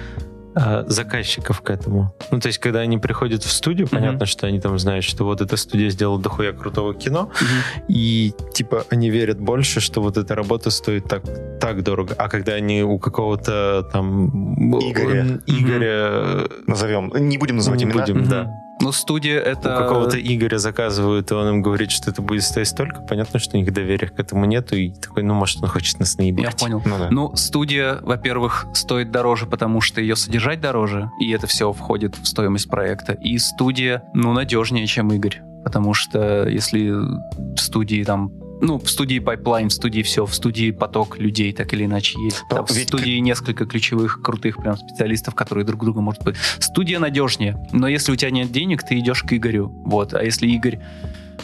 S2: э, заказчиков к этому. Ну, то есть, когда они приходят в студию, понятно, что они там знают, что вот эта студия сделала дохуя крутого кино,
S1: Мгм.
S2: и, типа, они верят больше, что вот эта работа стоит так, так дорого. А когда они у какого-то там...
S3: Игоря.
S2: м, Игоря...
S3: Назовем. Не будем называть
S2: Не
S3: имена.
S2: будем. да.
S1: Мгм. Ну, студия это...
S2: У какого-то Игоря заказывают, и он им говорит, что это будет стоить столько, понятно, что у них доверия к этому нету, и такой, ну, может, он хочет нас наебать.
S1: Я понял.
S3: Ну да.
S1: Ну, студия, во-первых, стоит дороже, потому что ее содержать дороже, и это все входит в стоимость проекта. И студия, ну, надежнее, чем Игорь. Потому что если в студии там ну, в студии пайплайн, в студии все, в студии поток людей так или иначе есть.
S3: Но
S1: Там в
S3: ведь
S1: студии несколько ключевых, крутых прям специалистов, которые друг друга может быть. Студия надежнее, но если у тебя нет денег, ты идешь к Игорю. Вот. А если Игорь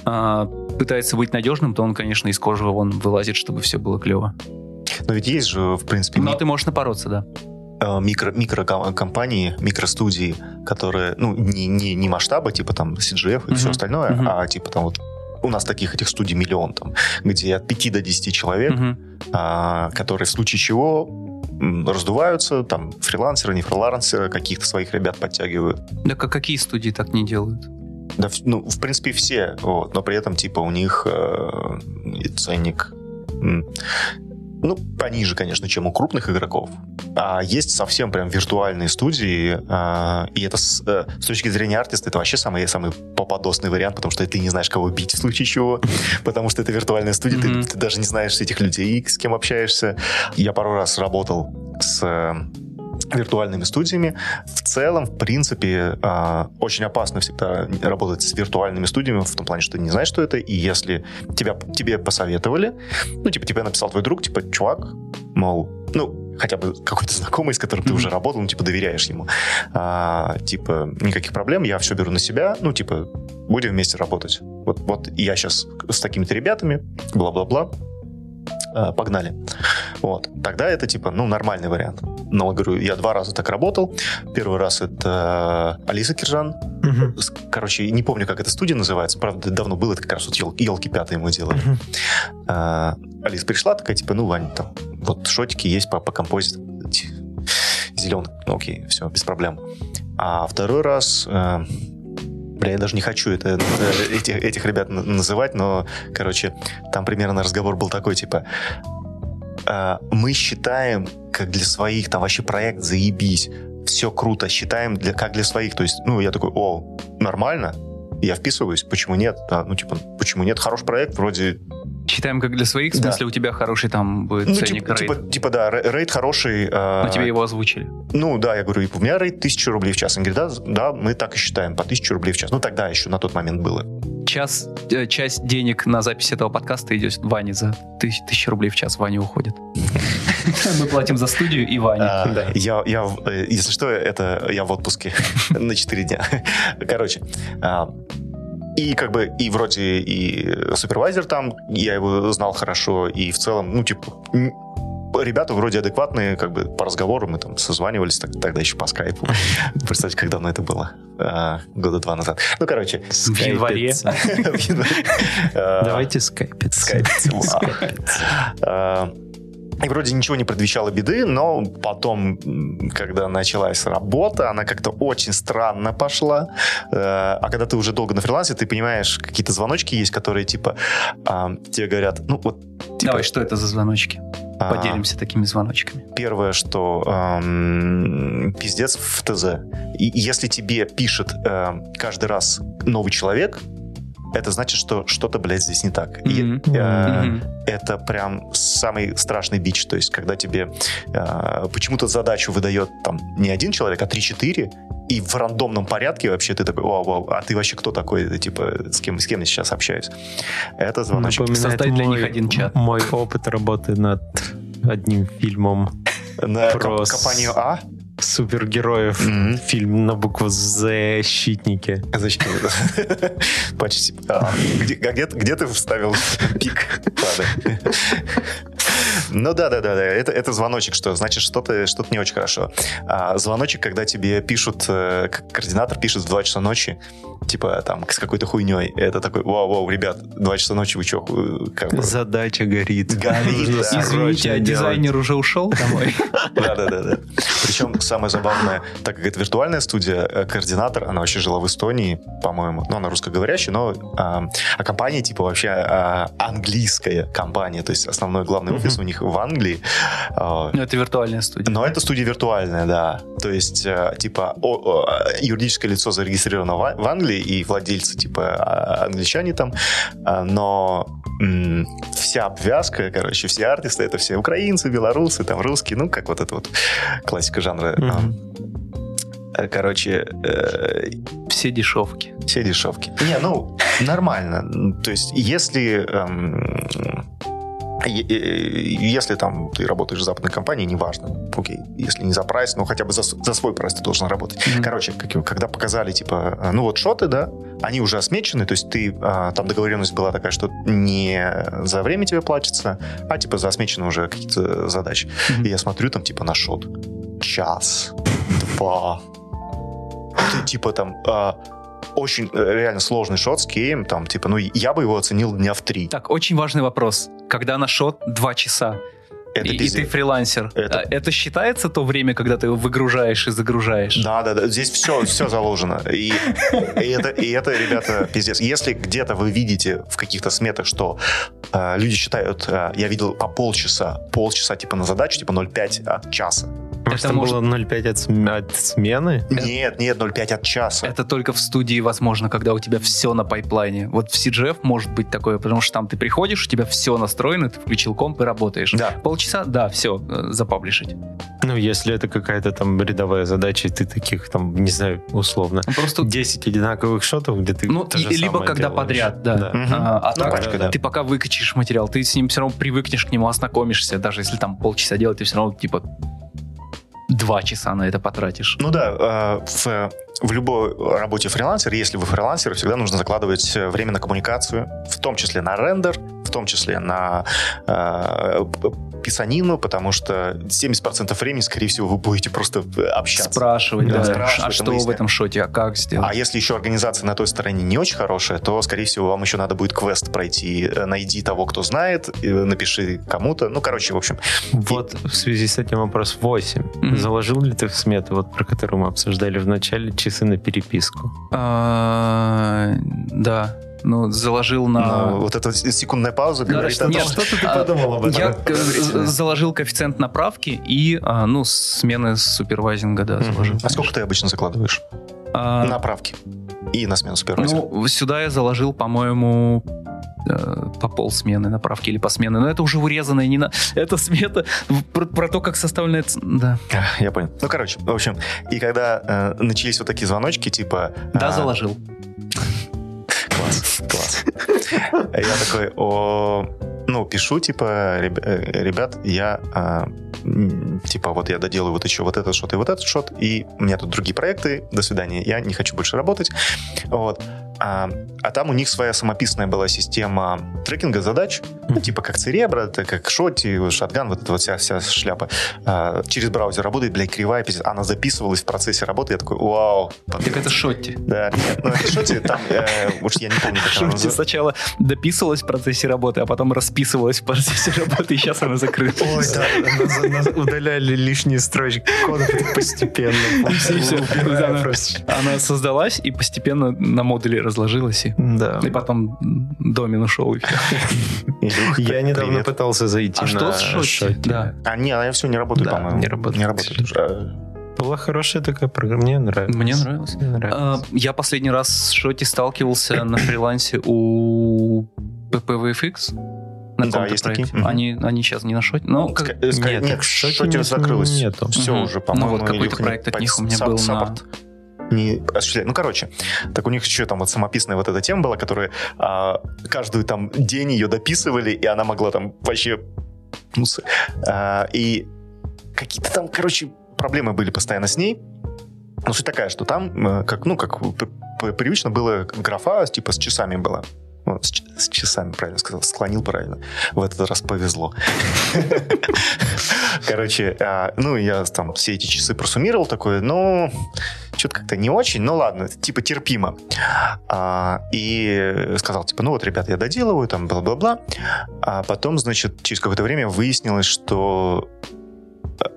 S1: а, пытается быть надежным, то он, конечно, из кожи вон вылазит, чтобы все было клево.
S3: Но ведь есть же, в принципе,
S1: Но
S3: ми-
S1: ты можешь напороться, да.
S3: э, микро, микрокомпании, микростудии, которые, ну, не, не, не масштаба, типа там CGF и все
S1: Мгм.
S3: остальное,
S1: Мгм.
S3: а типа там вот у нас таких этих студий миллион там, где от 5 до 10 человек,
S1: Мгм.
S3: а, которые в случае чего м, раздуваются, там, фрилансеры, не фрилансеры, каких-то своих ребят подтягивают.
S1: Да как какие студии так не делают?
S3: Да, в- ну, в принципе, все, вот, но при этом, типа, у них э, и ценник, м, ну, пониже, конечно, чем у крупных игроков. А есть совсем прям виртуальные студии, а, и это с, э, с точки зрения артиста, это вообще самый, самый попадосный вариант, потому что ты не знаешь, кого бить в случае чего, *laughs* потому что это виртуальная студия, ты-
S1: Мгм.
S3: ты даже не знаешь этих людей, с кем общаешься. Я пару раз работал с э, виртуальными студиями. В целом, в принципе, а, очень опасно всегда работать с виртуальными студиями в том плане, что ты не знаешь, что это, и если тебя, тебе посоветовали, ну, типа, тебе написал твой друг, типа, чувак, мол, ну, хотя бы какой-то знакомый, с которым ты
S1: Мгм.
S3: уже работал, ну, типа, доверяешь ему. А, типа, никаких проблем, я все беру на себя, ну, типа, будем вместе работать. Вот, вот я сейчас с такими-то ребятами, бла-бла-бла, А, погнали. Вот. Тогда это, типа, ну, нормальный вариант. Но, говорю, я два раза так работал. Первый раз это э, Алиса Киржан,
S2: Мгм.
S3: с- короче, не помню, как эта студия называется, правда, давно было, это как раз вот елки, пятые мы делали.
S2: Мгм.
S3: А, Алис пришла, такая, типа, ну, Вань, там, вот шотики есть по, по композе, зеленый, ну, окей, все, без проблем. А второй раз, э, бля, я даже не хочу это, э, этих, этих ребят на- называть, но, короче, там примерно разговор был такой, типа, э, мы считаем, как для своих, там вообще проект заебись, все круто, считаем для, как для своих. То есть, ну, я такой, о, нормально, я вписываюсь, почему нет? Да, ну, типа, почему нет? Хороший проект, вроде...
S1: Считаем как для своих, в
S3: Да.
S1: смысле у тебя хороший там будет
S3: Ну,
S1: ценник
S3: типа,
S1: рейд.
S3: типа, типа, да, ре- рейд хороший. э,
S1: Но тебе его озвучили.
S3: Ну, да, я говорю, и у меня рейд 1000 рублей в час. Он говорит, да, з- да, мы так и считаем, по 1000 рублей в час. Ну, тогда еще на тот момент было.
S1: Час, э, часть денег на запись этого подкаста идет Ване за тысяч, тысячу рублей в час. Ваня уходит. *laughs* Мы платим за студию и Ване.
S3: А,
S2: да.
S3: Я, я, в- э, если что, это я в отпуске *laughs* на 4 дня. *laughs* Короче, а, и как бы, и вроде и супервайзер там, я его знал хорошо, и в целом, ну, типа, м, ребята вроде адекватные, как бы по разговору мы там созванивались, так- тогда еще по скайпу. Представьте, как давно это было. А, года два назад. Ну, короче. *laughs*
S1: В январе.
S2: Скайпиться.
S3: в январе. А,
S2: Давайте скайпиться.
S3: Скайпиться. А, И вроде ничего не предвещало беды, но потом, м, когда началась работа, она как-то очень странно пошла. Э, А когда ты уже долго на фрилансе, ты понимаешь, какие-то звоночки есть, которые типа а, тебе говорят, ну вот типа,
S1: Давай, что это за звоночки?
S3: а,
S1: Поделимся такими звоночками.
S3: первое, что эм, пиздец в ТЗ. И если тебе пишет эм, каждый раз новый человек, это значит, что что-то, блядь, здесь не так. И,
S1: Мгм.
S3: э,
S1: Мгм.
S3: это прям самый страшный бич. То есть, когда тебе э, почему-то задачу выдает там не один человек, а 3-4, и в рандомном порядке вообще ты такой, вау, вау, а ты вообще кто такой? Это, типа, с кем, с кем я сейчас общаюсь? Это звоночек.
S2: Напоминает
S1: Создать для
S2: мой-
S1: них один чат.
S2: Мой опыт работы над одним фильмом
S3: На коп-
S2: Прос.
S3: компанию А?
S2: супергероев.
S3: Мгм.
S2: Фильм на букву «Защитники».
S3: А Зачем это? *laughs* Почти. А, где, а где, ты- где ты вставил пик? Ладно. Ну да, да, да, да. Это, это звоночек, что значит что-то что не очень хорошо. А, звоночек, когда тебе пишут, э, к- координатор пишет в 2 часа ночи, типа там с какой-то хуйней. Это такой, вау, вау, ребят, 2 часа ночи, вы чё, э, как бы...
S2: Задача горит.
S3: Горит,
S2: Нужно
S3: да.
S1: Извините,
S2: срочно
S1: а
S2: делать.
S1: дизайнер уже ушел домой?
S3: *laughs* Да, да, да, да. Причем самое забавное, так как это виртуальная студия, э, координатор, она вообще жила в Эстонии, по-моему, ну, она русскоговорящая, но а, а компания типа вообще а, английская компания, то есть основной главный
S2: Мгм.
S3: офис у них в Англии. А,
S1: Ну, это виртуальная студия.
S3: но это студия виртуальная, да. То есть, э, типа, о- о, э, юридическое лицо зарегистрировано в, А- в Англии, и владельцы, типа, а- англичане там, А, но м, вся обвязка, короче, все артисты, это все украинцы, белорусы, там, русские, ну, как вот это вот классика жанра. а,
S2: Мгм.
S3: э, Короче, э,
S1: Все дешевки.
S3: все дешевки. Не, ну, нормально. То есть, если... эм, е- э, если там ты работаешь в западной компании, неважно, окей, если не за прайс, ну хотя бы за, с- за свой прайс ты должен работать.
S1: Мгм.
S3: Короче, как его- когда показали, типа, э, ну вот шоты, да, они уже осмечены, то есть ты, э, там договоренность была такая, что не за время тебе платится, а типа за осмечены уже какие-то задачи.
S1: Мгм.
S3: И я смотрю там типа на шот. Час, два. Ты типа там а, очень э, реально сложный шот с кеем, там типа, ну я бы его оценил дня в три.
S1: Так, очень важный вопрос. Когда на шот 2 часа,
S3: Это
S1: и, и
S3: пиздец.
S1: ты фрилансер,
S3: Это-
S1: а, это считается то время, когда ты его выгружаешь и загружаешь?
S3: Да, да, да. Здесь все, все заложено. И, и это, и это, ребята, пиздец. Если где-то вы видите в каких-то сметах, что э, люди считают, э, я видел по полчаса, полчаса типа на задачу, типа 0,5 от часа.
S2: Может,
S1: Это
S2: там
S1: может-
S2: было 0,5 от, см- от смены?
S3: Нет, нет, 0,5 от часа.
S1: Это только в студии возможно, когда у тебя все на пайплайне. Вот в CGF может быть такое, потому что там ты приходишь, у тебя все настроено, ты включил комп и работаешь.
S3: Да.
S1: Полчаса, да, все, запаблишить.
S2: Ну, если это какая-то там рядовая задача, и ты таких там, не знаю, условно,
S1: Ну, Просто
S2: 10 одинаковых шотов, где ты
S1: Ну,
S2: то
S1: и-
S2: же
S1: либо
S2: самое
S1: когда
S2: делаешь.
S1: подряд, да.
S3: Мгм.
S1: А, а
S3: Ну,
S1: так
S3: пачка, да.
S1: ты пока выкачаешь материал, ты с ним все равно привыкнешь к нему, ознакомишься, даже если там полчаса делать, ты все равно типа два часа на это потратишь.
S3: Ну да, э, в, в любой работе фрилансер, если вы фрилансер, всегда нужно закладывать э, время на коммуникацию, в том числе на рендер, в том числе на э, п- писанину, потому что 70% времени, скорее всего, вы будете просто э, общаться.
S1: Спрашивать,
S3: Да,
S1: да,
S3: спрашивать,
S1: а что в
S3: выяснять.
S1: этом шоте, а как сделать?
S3: А если еще организация на той стороне не очень хорошая, то, скорее всего, вам еще надо будет квест пройти. Э, Найди того, кто знает, э, напиши кому-то. Ну, короче, в общем,
S2: Вот в связи с этим вопрос 8.
S1: Мгм.
S2: Заложил ли ты в смету, вот про которую мы обсуждали в начале, часы на переписку?
S1: А, Да, ну заложил на...
S3: ну, вот эта с- секундная пауза
S1: Да,
S3: говорит о
S1: нет,
S3: том,
S1: что ты подумал
S3: об этом?
S1: Я э, к- з- заложил коэффициент направки и, а, ну, смены супервайзинга, да,
S2: Мгм.
S1: заложил.
S3: А сколько ты обычно закладываешь?
S1: А,
S3: Направки. И на
S1: *laughs*
S3: смену супервайзера.
S1: Ну, сюда я заложил, по-моему, э, по полсмены направки или по смены. Но это уже урезанная не на... *laughs* Это смета в- про, про то, как составлена... ц- Да,
S3: Ах, Я понял. Ну, короче, в общем, и когда э, начались вот такие звоночки, типа...
S1: да
S3: а,
S1: заложил.
S3: Класс, класс. А Я такой, о... Ну, пишу, типа, «Реб- э, ребят, я... а, м, Типа, вот я доделаю вот еще вот этот шот и вот этот шот, и у меня тут другие проекты, до свидания, я не хочу больше работать. Вот. А, а там у них своя самописная была система трекинга задач, ну, типа как Церебра, это как Шоти, Шатган, вот эта вот вся, вся шляпа. А, через браузер работает, блядь, кривая, пиздец. Она записывалась в процессе работы, я такой, вау.
S1: Так это Шотти.
S3: Да, нет, ну, это Шоти, там, э, уж я не помню, как она
S1: Шотти
S3: называется.
S1: сначала дописывалась в процессе работы, а потом расписывалась в процессе *laughs* работы, и сейчас она закрыта.
S3: Ой, да.
S2: Удаляли лишние строчки кода постепенно.
S1: Все, все, убирая да. Она создалась и постепенно на модули разложилась, и,
S2: Да.
S1: и потом домен ушел. и всё.
S3: Илюха,
S2: Я
S3: привет.
S2: недавно пытался зайти
S1: А что
S2: на
S1: с Шотти?
S2: Шотти.
S1: Да.
S3: А, не, она все не работает,
S2: Да,
S3: по-моему.
S2: не работает.
S3: Не работает уже. А,
S2: Была хорошая такая программа, мне нравится.
S1: Мне нравилось.
S2: Мне
S1: А,
S2: нравится.
S1: Я последний раз с Шоти
S3: *clears throat*
S1: сталкивался на фрилансе у PPVFX. На
S3: Да,
S1: каком-то
S3: есть такие.
S1: проекте.
S3: Мгм.
S1: Они, они сейчас не на Шоти. Ну, как-
S3: ска- э, ска-
S2: Нет,
S3: Нет,
S2: так Шотти
S3: Шоти
S2: не-
S3: закрылось.
S2: нету.
S3: Все
S1: Мгм.
S3: уже, по-моему.
S1: Ну, вот какой-то
S3: Илюха не-
S1: проект от них у меня *laughs*
S3: сап-
S1: был на-
S3: саппорт. не осуществляли. Ну, короче, так у них еще там вот самописная вот эта тема была, которая а, каждую там день ее дописывали, и она могла там вообще... пнуться. А, и какие-то там, короче, проблемы были постоянно с ней. Ну, суть такая, что там, э, как, ну, как п- п- привычно было графа, типа, с часами была. Ну, С, ч- с часами, правильно сказал. Склонил правильно. В этот раз повезло. *laughs* Короче, а, ну, я там все эти часы просуммировал такое, ну, что-то как-то не очень, ну, ладно, типа терпимо. А, и сказал, типа, ну, вот, ребят, я доделываю, там, бла-бла-бла. А потом, значит, через какое-то время выяснилось, что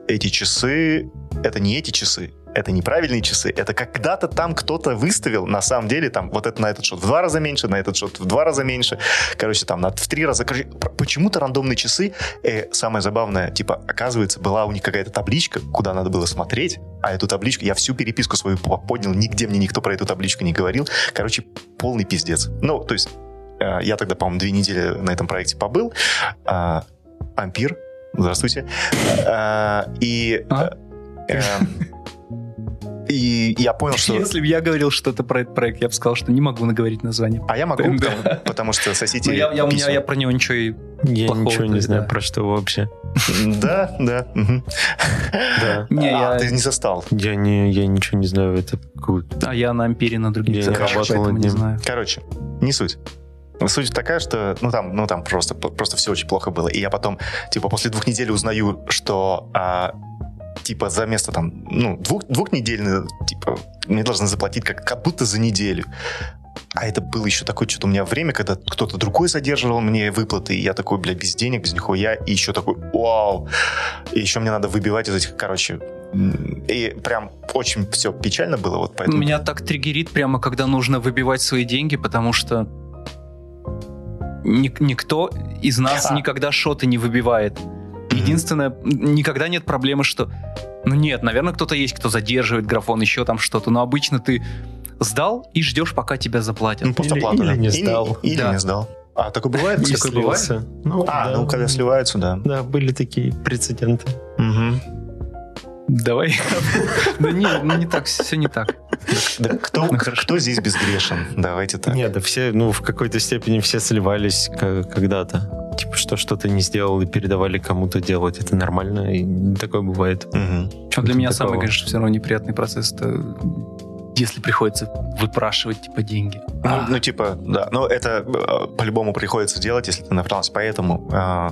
S3: э, эти часы, это не эти часы, это неправильные часы, это когда-то там кто-то выставил, на самом деле, там, вот это на этот шот в два раза меньше, на этот шот в два раза меньше, короче, там, на, в три раза, короче, пр- почему-то рандомные часы, э, самое забавное, типа, оказывается, была у них какая-то табличка, куда надо было смотреть, а эту табличку, я всю переписку свою по- поднял, нигде мне никто про эту табличку не говорил, короче, полный пиздец. Ну, то есть, э, я тогда, по-моему, две недели на этом проекте побыл, А, Ампир, здравствуйте, А, и...
S1: А?
S3: э, э, и я понял, что...
S1: Если бы я говорил что-то про этот проект, я бы сказал, что не могу наговорить название.
S3: А я могу,
S1: ТНД.
S3: потому, потому что соседи...
S1: Ну, я, я- у меня-
S3: письма.
S1: я про него ничего и...
S2: Я
S1: Плохого
S2: ничего
S1: ты,
S2: не знаю
S1: да.
S2: про что вообще.
S3: Да, да. мгм.
S2: Да.
S1: Не,
S3: А,
S1: я-
S3: ты не застал.
S2: Я, не, я ничего не знаю. Это какую-то...
S1: А я на Ампере на
S2: Я
S1: других
S2: не
S1: цифрах,
S2: работал
S1: поэтому
S2: над
S1: не
S2: ним.
S1: знаю.
S3: Короче, не суть. Суть такая, что ну там, ну там просто, просто все очень плохо было. И я потом, типа, после двух недель узнаю, что а, типа за место там, ну, двух, двухнедельный, типа, мне должны заплатить как, как будто за неделю. А это было еще такое что-то у меня время, когда кто-то другой задерживал мне выплаты, и я такой, блядь, без денег, без нихуя, и еще такой, вау. И еще мне надо выбивать из этих, короче, м, и прям очень все печально было, вот поэтому...
S1: Меня так триггерит прямо, когда нужно выбивать свои деньги, потому что ни- никто из нас
S3: А.
S1: никогда шоты не выбивает. Единственное, никогда нет проблемы, что... Ну нет, наверное, кто-то есть, кто задерживает графон, еще там что-то, но обычно ты сдал и ждешь, пока тебя заплатят.
S3: Ну, просто
S2: Или-
S3: плату,
S2: или
S3: да.
S2: не
S3: Или-
S2: сдал.
S3: Или
S1: Да.
S3: не сдал. А, такое бывает?
S1: Такое
S2: Если
S1: бывает?
S2: слился. Ну,
S3: А,
S2: да.
S3: ну, когда сливаются, да.
S2: Да, были такие прецеденты. *laughs*
S1: Давай. *laughs* Да не, ну не так, все не так.
S3: Да кто,
S1: Ну, хорошо.
S3: кто здесь безгрешен? Давайте так.
S2: Нет, да все, ну, в какой-то степени все сливались к- когда-то. Типа, что что-то не сделал и передавали кому-то делать. Это нормально, и такое бывает.
S3: Мгм. Ну,
S1: Причем для меня самый,
S2: Такого.
S1: конечно, все равно неприятный процесс, это если приходится выпрашивать, типа, деньги.
S3: Ну, ну, типа, да. Но это э, по-любому приходится делать, если ты направился. Поэтому, э,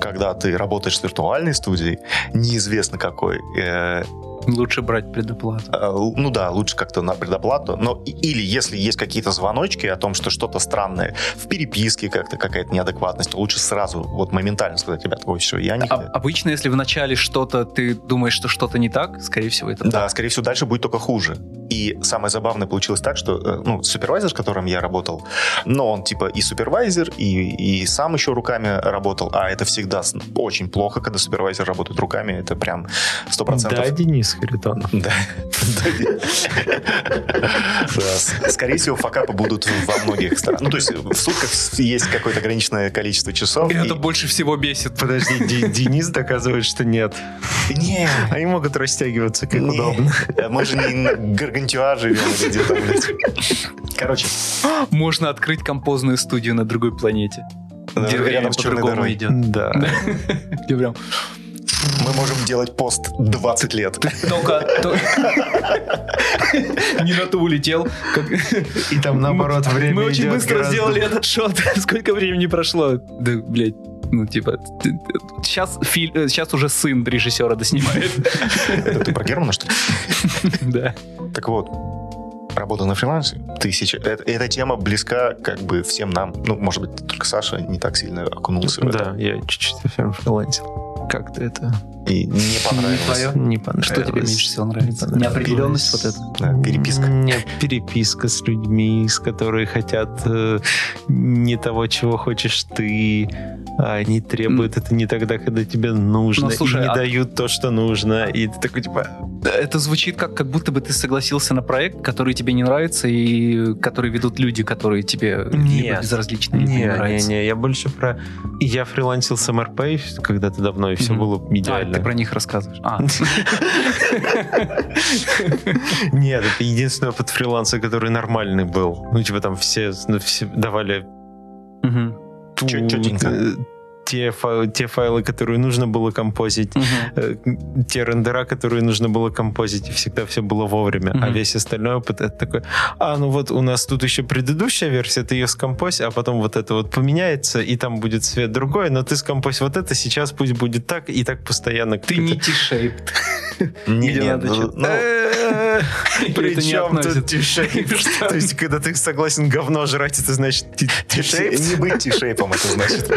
S3: когда ты работаешь с виртуальной студией, неизвестно какой, э,
S1: Лучше брать предоплату.
S3: Э, ну да, лучше как-то на предоплату, но и- или если есть какие-то звоночки о том, что что-то странное в переписке как-то какая-то неадекватность, то лучше сразу вот моментально сказать, ребят, ой, все, я не...
S1: А- обычно, если в начале что-то, ты думаешь, что что-то не так, скорее всего, это
S3: Да,
S1: так.
S3: скорее всего, дальше будет только хуже. И самое забавное получилось так, что э, ну, супервайзер, с которым я работал, но он типа и супервайзер, и, и сам еще руками работал, а это всегда с- очень плохо, когда супервайзер работает руками, это прям 100%.
S2: Да, Денис Харитонов.
S3: Да. Да, с- Скорее всего, факапы будут во многих странах. Ну, то есть в сутках есть какое-то ограниченное количество часов.
S1: И Это
S3: и-
S1: больше всего *laughs* бесит.
S2: Подожди, *laughs* Де- Денис доказывает, что нет.
S3: Не,
S2: Они могут растягиваться как
S3: не.
S2: удобно.
S3: Мы же не на Гаргантюа живем или где там, блядь. Короче,
S1: Можно открыть композную студию на другой планете. Где время
S3: рядом с черной
S1: по-другому
S3: дырой.
S1: идет.
S2: Да.
S1: Где прям
S3: Мы можем делать пост 20 лет.
S1: только... то- *laughs* Не на то улетел. как-
S2: *laughs* И там наоборот время
S1: Мы очень
S2: идет
S1: быстро
S2: гораздо-
S1: сделали этот шот. *laughs* Сколько времени прошло? Да, блядь. Ну, типа, сейчас, э, сейчас уже сын режиссера доснимает.
S3: Это ты про Германа, что ли?
S1: *laughs* Да.
S3: Так вот, работа на фрилансе, тысяча. Э- Эта тема близка как бы всем нам. Ну, может быть, только Саша не так сильно окунулся в это.
S2: Да, я чуть-чуть совсем фрилансил. Как-то это
S3: И не понравилось.
S2: не понравилось.
S1: Что тебе меньше всего нравится?
S2: Понравилось.
S1: Неопределенность вот эта.
S3: Да, переписка.
S2: Нет, переписка с людьми, с которые хотят э, не того, чего хочешь ты. а Они требуют это не тогда, когда тебе нужно.
S1: Ну, слушай,
S2: и не
S1: а-
S2: дают то, что нужно. И ты такой, типа,
S1: Это звучит как, как будто бы ты согласился на проект, который тебе не нравится и э, который ведут люди, которые тебе либо
S2: Нет.
S1: безразличны, либо не
S2: не, не,
S1: нравятся.
S2: не, я больше про... и Я фрилансил с МРП когда-то давно, и все
S1: Мгм.
S2: было
S1: А,
S2: идеально.
S1: ты про них рассказываешь. А,
S2: Нет, это единственный опыт фриланса, который нормальный был. Ну, типа там все, ну, все давали
S1: Мгм.
S2: ту-
S3: Чё- чётенько.
S2: э, те, фа- те файлы, которые нужно было композить,
S1: Мгм.
S2: э, те рендера, которые нужно было композить, и всегда все было вовремя. А
S1: Мгм.
S2: весь остальной опыт это такой, а, ну вот у нас тут еще предыдущая версия, ты ее скомпозь, а потом вот это вот поменяется, и там будет свет другой, но ты скомпозь вот это, сейчас пусть будет так, и так постоянно.
S1: Ты
S2: какой-то-
S1: не тишей. *laughs*
S3: Не,
S1: Где
S3: не,
S1: надо
S3: ну,
S1: чё-
S3: ну,
S2: *laughs* Э,
S1: Это не
S2: Причем
S1: относится.
S2: тут *laughs* тишей?
S1: Что?
S2: То есть, когда ты согласен говно жрать, это значит ти- тишей?
S3: Не быть тишейпом, это значит.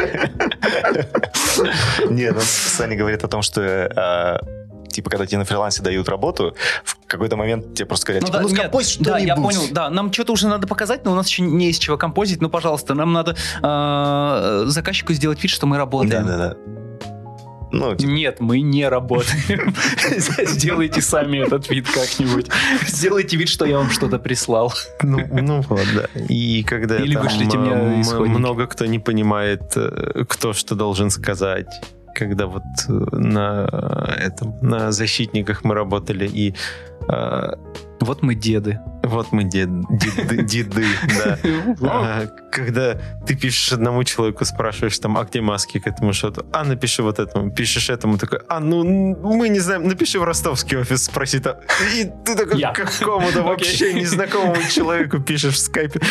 S3: Не, ну, Саня говорит о том, что э, типа, когда тебе на фрилансе дают работу, в какой-то момент тебе просто говорят,
S1: Ну
S3: типа,
S1: да,
S3: ну,
S1: нет,
S3: скомпозь
S1: Да, я
S3: что-нибудь.
S1: понял, да, нам что-то уже надо показать, но у нас еще не из чего композить, ну, пожалуйста, нам надо э, заказчику сделать вид, что мы
S3: Да,
S1: работаем.
S3: да, да. Ну, типа,
S1: Нет, мы не работаем. *laughs* Сделайте сами этот вид как-нибудь. Сделайте вид, что я вам что-то прислал.
S2: Ну, ну вот, да. И когда
S1: Или
S2: там,
S1: вышлите
S2: э,
S1: мне
S2: м-
S1: исходники.
S2: много кто не понимает, э, кто что должен сказать, когда вот э, на э, этом на защитниках мы работали и э,
S1: Вот мы деды.
S2: вот мы дед, деды, деды,
S1: *laughs*
S2: да. А, Когда ты пишешь одному человеку, спрашиваешь там, а где маски к этому шоту? А, напиши вот этому. Пишешь этому, такой, а, ну, н- мы не знаем, напиши в ростовский офис, спроси там. И ты такой
S1: Я. *laughs*
S2: какому-то вообще
S1: Окей. *laughs*
S2: незнакомому человеку пишешь в скайпе.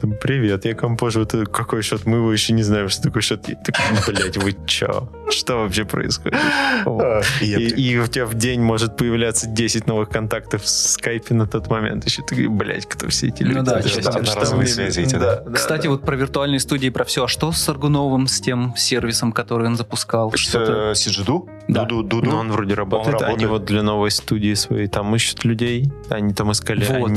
S2: Там, Привет, я композже, вот это какой шот? Мы его еще не знаем, что такое шот. И такой, блядь, вы чё? Что
S1: *laughs*
S2: вообще происходит? Вот.
S3: а, и я
S2: И,
S3: при-
S2: и у тебя в день может появляться 10 новых контактов в скайпе на тот момент. Еще ты, блядь, кто все эти люди?
S1: Ну да,
S2: Это же
S1: часть
S2: там,
S3: одноразовые
S2: что мне-
S3: связи эти, да.
S2: да,
S1: Кстати,
S2: да.
S1: вот про виртуальные студии, про все. А что с Аргуновым, с тем сервисом, который он запускал? Что-то-
S3: Что, э, Сиджиду?
S1: Да.
S3: Дуду, Дуду?
S2: Но он вроде работает. а Они
S3: работает.
S2: вот для новой студии своей там ищут людей. Они там искали
S1: Вот, Аргунов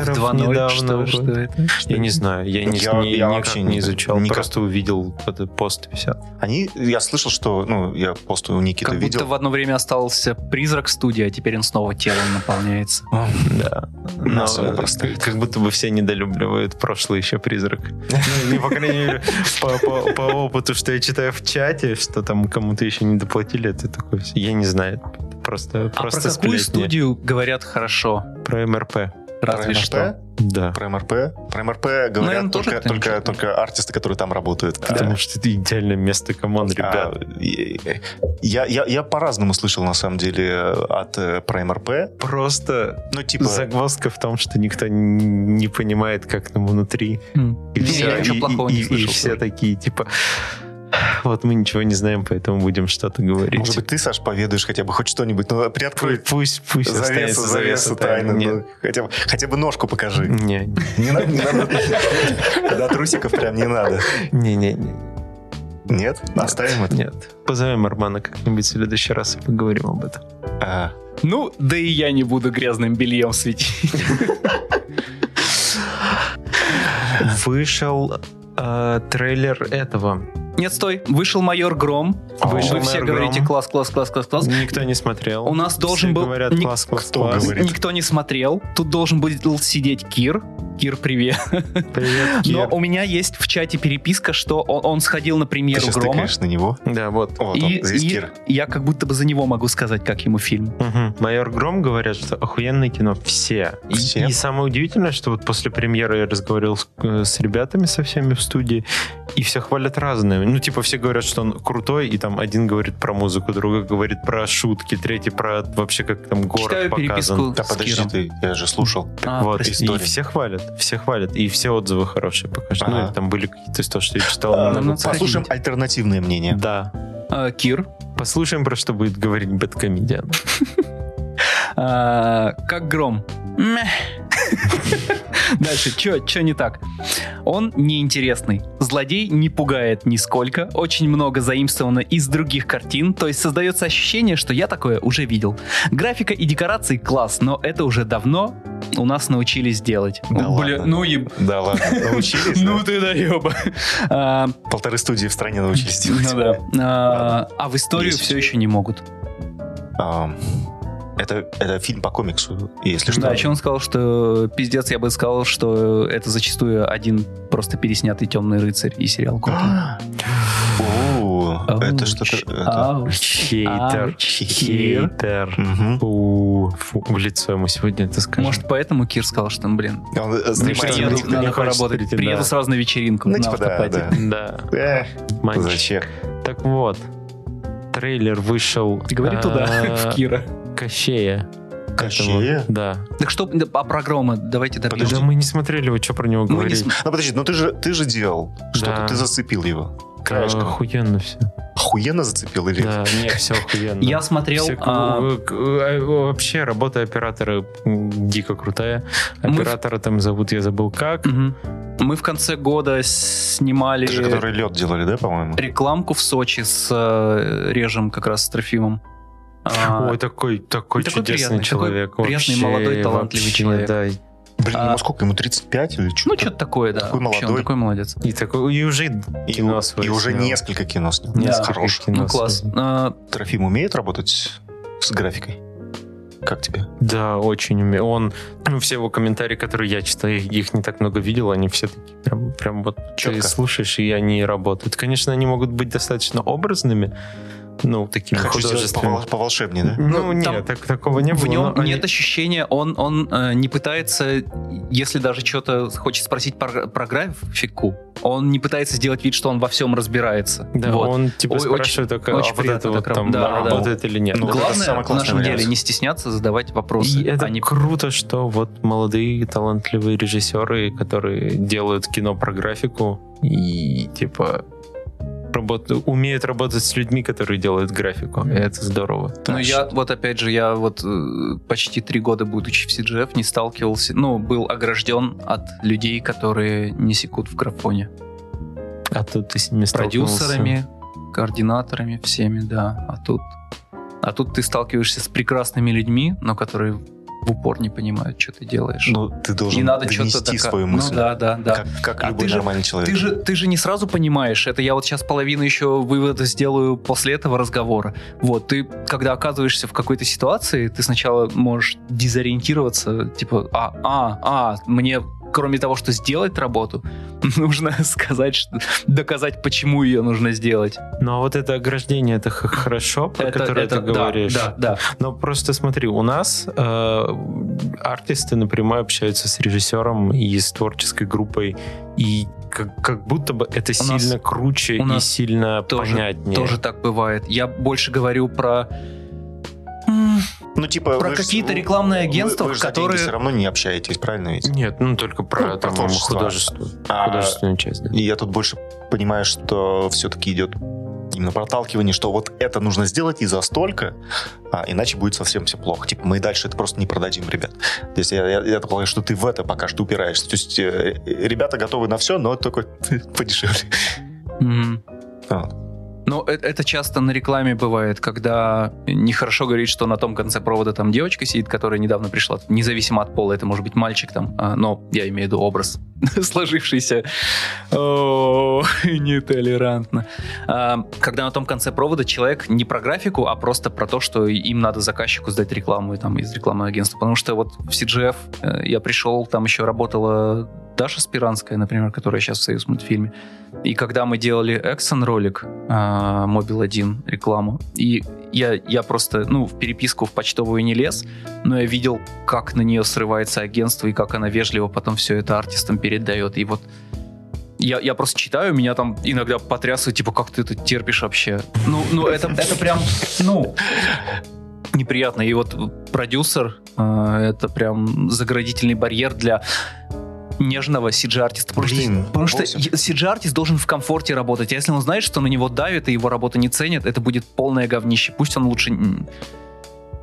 S2: аниматоров
S1: 2.0,
S2: недавно.
S1: что,
S2: вроде.
S1: что это? Что
S2: Я не
S1: это?
S2: знаю, я, не,
S3: Я-
S2: не-
S3: я
S2: никак
S3: вообще
S2: не
S3: не-
S2: изучал,
S3: никак.
S2: просто увидел этот пост и все.
S3: Они, я слышал, что, ну, я пост у Никиты
S1: Как будто
S3: видел.
S1: в одно время остался призрак студии, а теперь он снова телом наполняется.
S2: Да.
S3: Нас
S2: Но,
S3: его просто-
S2: Как, как будто бы все недолюбливают прошлый еще призрак. Ну, не, по крайней мере, по, по- по опыту, что я читаю в чате, что там кому-то еще не доплатили, это такой, я не знаю. Просто,
S1: А про
S2: просто
S1: какую
S2: сплетни.
S1: студию говорят хорошо?
S2: Про МРП.
S1: Разве
S3: Про
S1: что.
S3: МРП?
S2: Да.
S3: Про МРП? Про МРП
S1: Наверное,
S3: говорят
S1: тоже
S3: только,
S1: кто-нибудь
S3: только,
S1: это-
S3: только артисты, которые там работают.
S2: Потому что это идеальное место команд, ребят.
S3: А, и- и- я, я, я по-разному слышал, на самом деле, э, от э, про МРП.
S2: Просто
S3: Ну, типа...
S2: загвоздка в том, что никто н- не понимает, как там внутри.
S1: М.
S2: И
S1: Не,
S2: всё,
S1: я ничего
S2: и-
S1: плохого
S2: и-
S1: не
S2: и
S1: слышал.
S2: все такие, типа, вот мы ничего не знаем, поэтому будем что-то говорить.
S3: Может быть, ты, Саш, поведаешь хотя бы хоть что-нибудь, ну, приоткрой
S2: Пу- Пусть, пусть
S3: завесу,
S2: останется
S3: завесу тайны. ну, хотя, бы, хотя бы ножку покажи.
S2: Не,
S3: Не надо,
S1: *laughs*
S3: не надо. До трусиков прям не надо.
S2: не, не, не,
S3: Нет? Оставим это?
S2: нет. Позовем Армана как-нибудь в следующий раз и поговорим об этом.
S3: А,
S1: Ну, да и я не буду грязным бельем светить. *laughs*
S2: Вышел э, трейлер этого.
S1: Нет, стой. Вышел майор Гром.
S2: Вышел
S1: Вы все
S2: майор
S1: говорите
S2: Гром.
S1: класс, класс, класс, класс, класс.
S2: Никто не смотрел.
S1: У нас должен
S2: Все
S1: был...
S2: говорят
S1: ни-
S2: класс, класс,
S3: Кто
S2: класс.
S3: говорит?
S1: Никто не смотрел. Тут должен был сидеть Кир. Кир, привет. *laughs*
S2: Привет, Кир.
S1: Но у меня есть в чате переписка, что он, он сходил на
S3: ты
S1: премьеру
S3: сейчас
S1: Грома.
S3: тыкаешь на него.
S2: Да, вот.
S3: Вот
S1: И,
S3: он, здесь
S1: и
S3: Кир.
S1: я как будто бы за него могу сказать, как ему фильм.
S2: Мгм. Майор Гром говорят, что охуенное кино все. И-
S3: Все?
S2: И, самое удивительное, что вот после премьеры я разговаривал с, э, с ребятами со всеми в студии, и все хвалят разные. Ну, типа, все говорят, что он крутой, и там один говорит про музыку, другой говорит про шутки, третий про вообще как там город
S1: Читаю
S2: показан.
S1: переписку
S3: Да
S1: с
S3: подожди
S1: Киром.
S3: ты, я же слушал.
S1: А,
S2: вот, и-
S1: прости.
S2: и
S3: история.
S2: все хвалят, все хвалят, и все отзывы хорошие пока что. Ну,
S3: Ага.
S2: и там были какие-то из того, что я читал.
S3: А,
S1: нам
S2: много
S1: надо сходить.
S3: Послушаем альтернативное мнение.
S2: Да.
S1: А, Кир,
S2: Послушаем, про что будет говорить Бэткомедиан.
S1: А, как гром. Мeh. *laughs* Дальше, чё, чё не так? Он неинтересный. Злодей не пугает нисколько. Очень много заимствовано из других картин, то есть создается ощущение, что я такое уже видел. Графика и декорации класс, но это уже давно у нас научились делать.
S3: Да
S1: Бля,
S3: ладно.
S1: ну еб...
S3: Да ладно, научились,
S1: Ну
S3: да?
S1: ты доеба. *laughs* А,
S3: Полторы студии в стране научились делать.
S1: ну да. А,
S3: Ладно.
S1: а в историю
S3: Десять.
S1: все еще не могут.
S3: Ам, Это, это фильм по комиксу, если что.
S1: Да, еще он сказал, что э, пиздец, я бы сказал, что э, это зачастую один просто переснятый темный рыцарь и сериал Готэм.
S3: *gasps* О, А, Это что-то...
S1: А.
S3: это-
S2: Хейтер.
S1: Ауч.
S2: Хейтер.
S3: Мгм.
S2: Фу, фу, в лицо ему сегодня это скажем.
S1: Может, поэтому Кир сказал, что, ну, блин,
S3: Он э,
S2: что,
S3: занимается
S2: не-
S1: приеду,
S2: никто не
S1: надо
S2: хочет
S1: поработать.
S2: претендовать.
S1: Приеду сразу на вечеринку.
S3: Ну,
S1: на
S3: типа, да,
S1: автопати.
S3: да.
S2: Да.
S3: Э,
S2: Мальчик.
S3: Зачем?
S2: Так вот, трейлер вышел...
S1: Ты говори
S2: а,
S1: туда, в *laughs* Кира.
S2: Кощея.
S3: Кощея?
S2: Этого, Да.
S1: Так что, да, а программа, давайте допишем.
S3: Подожди.
S2: Да мы не смотрели, вы что про него
S1: Мы не
S2: говорили.
S1: см-
S3: Ну подожди, ну ты же, ты же делал что-то,
S2: Да.
S3: ты зацепил его. Краешком.
S2: Охуенно все.
S3: Охуенно зацепил или...
S2: Да, не, все охуенно.
S1: Я смотрел,
S2: Все
S1: а,
S2: кру- к- э, Вообще работа оператора м, дико крутая.
S1: А Мы в-
S2: Оператора там зовут, я забыл как.
S1: мгм. мы в конце года снимали
S3: Ты же, который лед делали, да, по-моему?
S1: рекламку в Сочи с э, Режем, как раз с Трофимом. А,
S2: Ой, такой, такой,
S1: такой приятный,
S2: чудесный
S1: такой
S2: человек.
S1: приятный,
S2: Вообще,
S1: молодой, талантливый
S2: вообще,
S1: человек.
S2: да.
S3: Блин,
S1: а-
S3: ему сколько? Ему 35 или что?
S1: Ну, что-то такое, да.
S3: Такой
S1: Вообще, он
S3: молодой.
S1: такой молодец.
S2: И, такой, и уже
S3: И,
S2: кино
S3: и
S2: свое
S3: уже
S2: снял.
S3: несколько кино снял.
S1: Да.
S2: Несколько
S3: Хорош.
S2: кино
S1: ну, класс.
S2: свое.
S1: А,
S3: Трофим умеет работать с графикой? Как тебе?
S2: Да, очень умею. Он, ну, все его комментарии, которые я читаю, их- их не так много видел, они все такие прям, прям вот
S3: Четко.
S2: ты слушаешь, и они работают. Конечно, они могут быть достаточно образными, ну, такими
S3: Хочу сделать
S2: художественными.
S3: повол- поволшебнее, да?
S2: Ну,
S1: Ну,
S2: нет,
S1: там
S2: так- такого не было.
S1: в нем
S2: но они-
S1: нет ощущения, он, он э, не пытается, если даже что-то хочет спросить про, про графику, он не пытается сделать вид, что он во всем разбирается.
S2: Да,
S1: Вот.
S2: он типа
S1: Ой,
S2: спрашивает только, а
S1: очень
S2: вот
S1: приятно
S2: это вот
S1: так
S2: там
S1: раб- да, да, да.
S2: работает или нет.
S3: Ну, вот это
S1: Главное
S3: самый
S1: в
S3: классный
S1: нашем
S3: вариант.
S1: деле не стесняться задавать вопросы.
S2: И это
S1: а не-
S2: круто, что вот молодые талантливые режиссеры, которые делают кино про графику и типа работ- умеют работать с людьми, которые делают графику. И Это здорово.
S1: Ну, я вот опять же, я вот э, почти три года, будучи в CGF, не сталкивался, ну, был огражден от людей, которые не секут в графоне.
S2: А тут ты с ними столкнулся.
S1: продюсерами, координаторами, всеми, да. А тут, а тут ты сталкиваешься с прекрасными людьми, но которые в упор не понимают, что ты делаешь.
S3: Ну, ты должен
S1: и надо
S3: донести
S1: что-то такое.
S3: свою мысль.
S1: Ну да, да, да.
S3: Как, как
S1: А
S3: любой
S1: ты же-
S3: нормальный человек.
S1: Ты же, ты же не сразу понимаешь, это я вот сейчас половину еще вывода сделаю после этого разговора. Вот, ты, когда оказываешься в какой-то ситуации, ты сначала можешь дезориентироваться, типа, а, а, а, мне кроме того, что сделать работу, *laughs* нужно сказать, что- доказать, почему ее нужно сделать.
S2: Ну а вот это ограждение, это х- хорошо, про которое ты
S1: да,
S2: говоришь.
S1: Да, да.
S2: Но Ну, просто смотри, у нас э, артисты напрямую общаются с режиссером и с творческой группой, и как, как будто бы это
S1: У нас-
S2: сильно круче
S1: у
S2: и
S1: нас
S2: сильно
S1: тоже-
S2: понятнее.
S1: Тоже так бывает. Я больше говорю про... м,
S3: Ну, типа,
S1: Про
S3: вы ж-
S1: какие-то
S3: вы-
S1: рекламные
S3: вы-
S1: агентства,
S3: вы же за деньги
S1: которые-
S3: все равно не общаетесь, правильно ведь?
S2: Нет, ну только про,
S3: Ну, про
S2: там,
S3: творчество.
S2: художество,
S3: А,
S2: художественную часть. да.
S3: И я тут больше понимаю, что все-таки идет именно проталкивание, что вот это нужно сделать и за столько, а иначе будет совсем все плохо. Типа мы и дальше это просто не продадим, ребят. То есть я, я, я так полагаю, что ты в это пока что упираешься. То есть э, ребята готовы на все, но только *laughs* подешевле.
S1: Мгм.
S3: А.
S1: Ну, э- это часто на рекламе бывает, когда нехорошо говорить, что на том конце провода там девочка сидит, которая недавно пришла, независимо от пола, это может быть мальчик там, а, но я имею в виду образ *laughs* сложившийся. О, *laughs* нетолерантно. А, Когда на том конце провода человек не про графику, а просто про то, что им надо заказчику сдать рекламу и там из рекламного агентства. Потому что вот в CGF э, я пришел, там еще работала Даша Спиранская, например, которая сейчас в Союз мультфильме. И когда мы делали Эксон ролик, а, Mobile 1 рекламу, и я, я просто, ну, в переписку в почтовую не лез, но я видел, как на нее срывается агентство и как она вежливо потом все это артистам передает. И вот я, я просто читаю, меня там иногда потрясывает, типа, как ты это терпишь вообще? Ну, ну это, это прям, ну, неприятно. И вот продюсер э, это прям заградительный барьер для нежного CG-артиста. Потому что-
S3: Блин,
S1: потому что
S3: восемь.
S1: CG-артист должен в комфорте работать. А если он знает, что на него давит и его работу не ценят, это будет полное говнище. Пусть он лучше... м,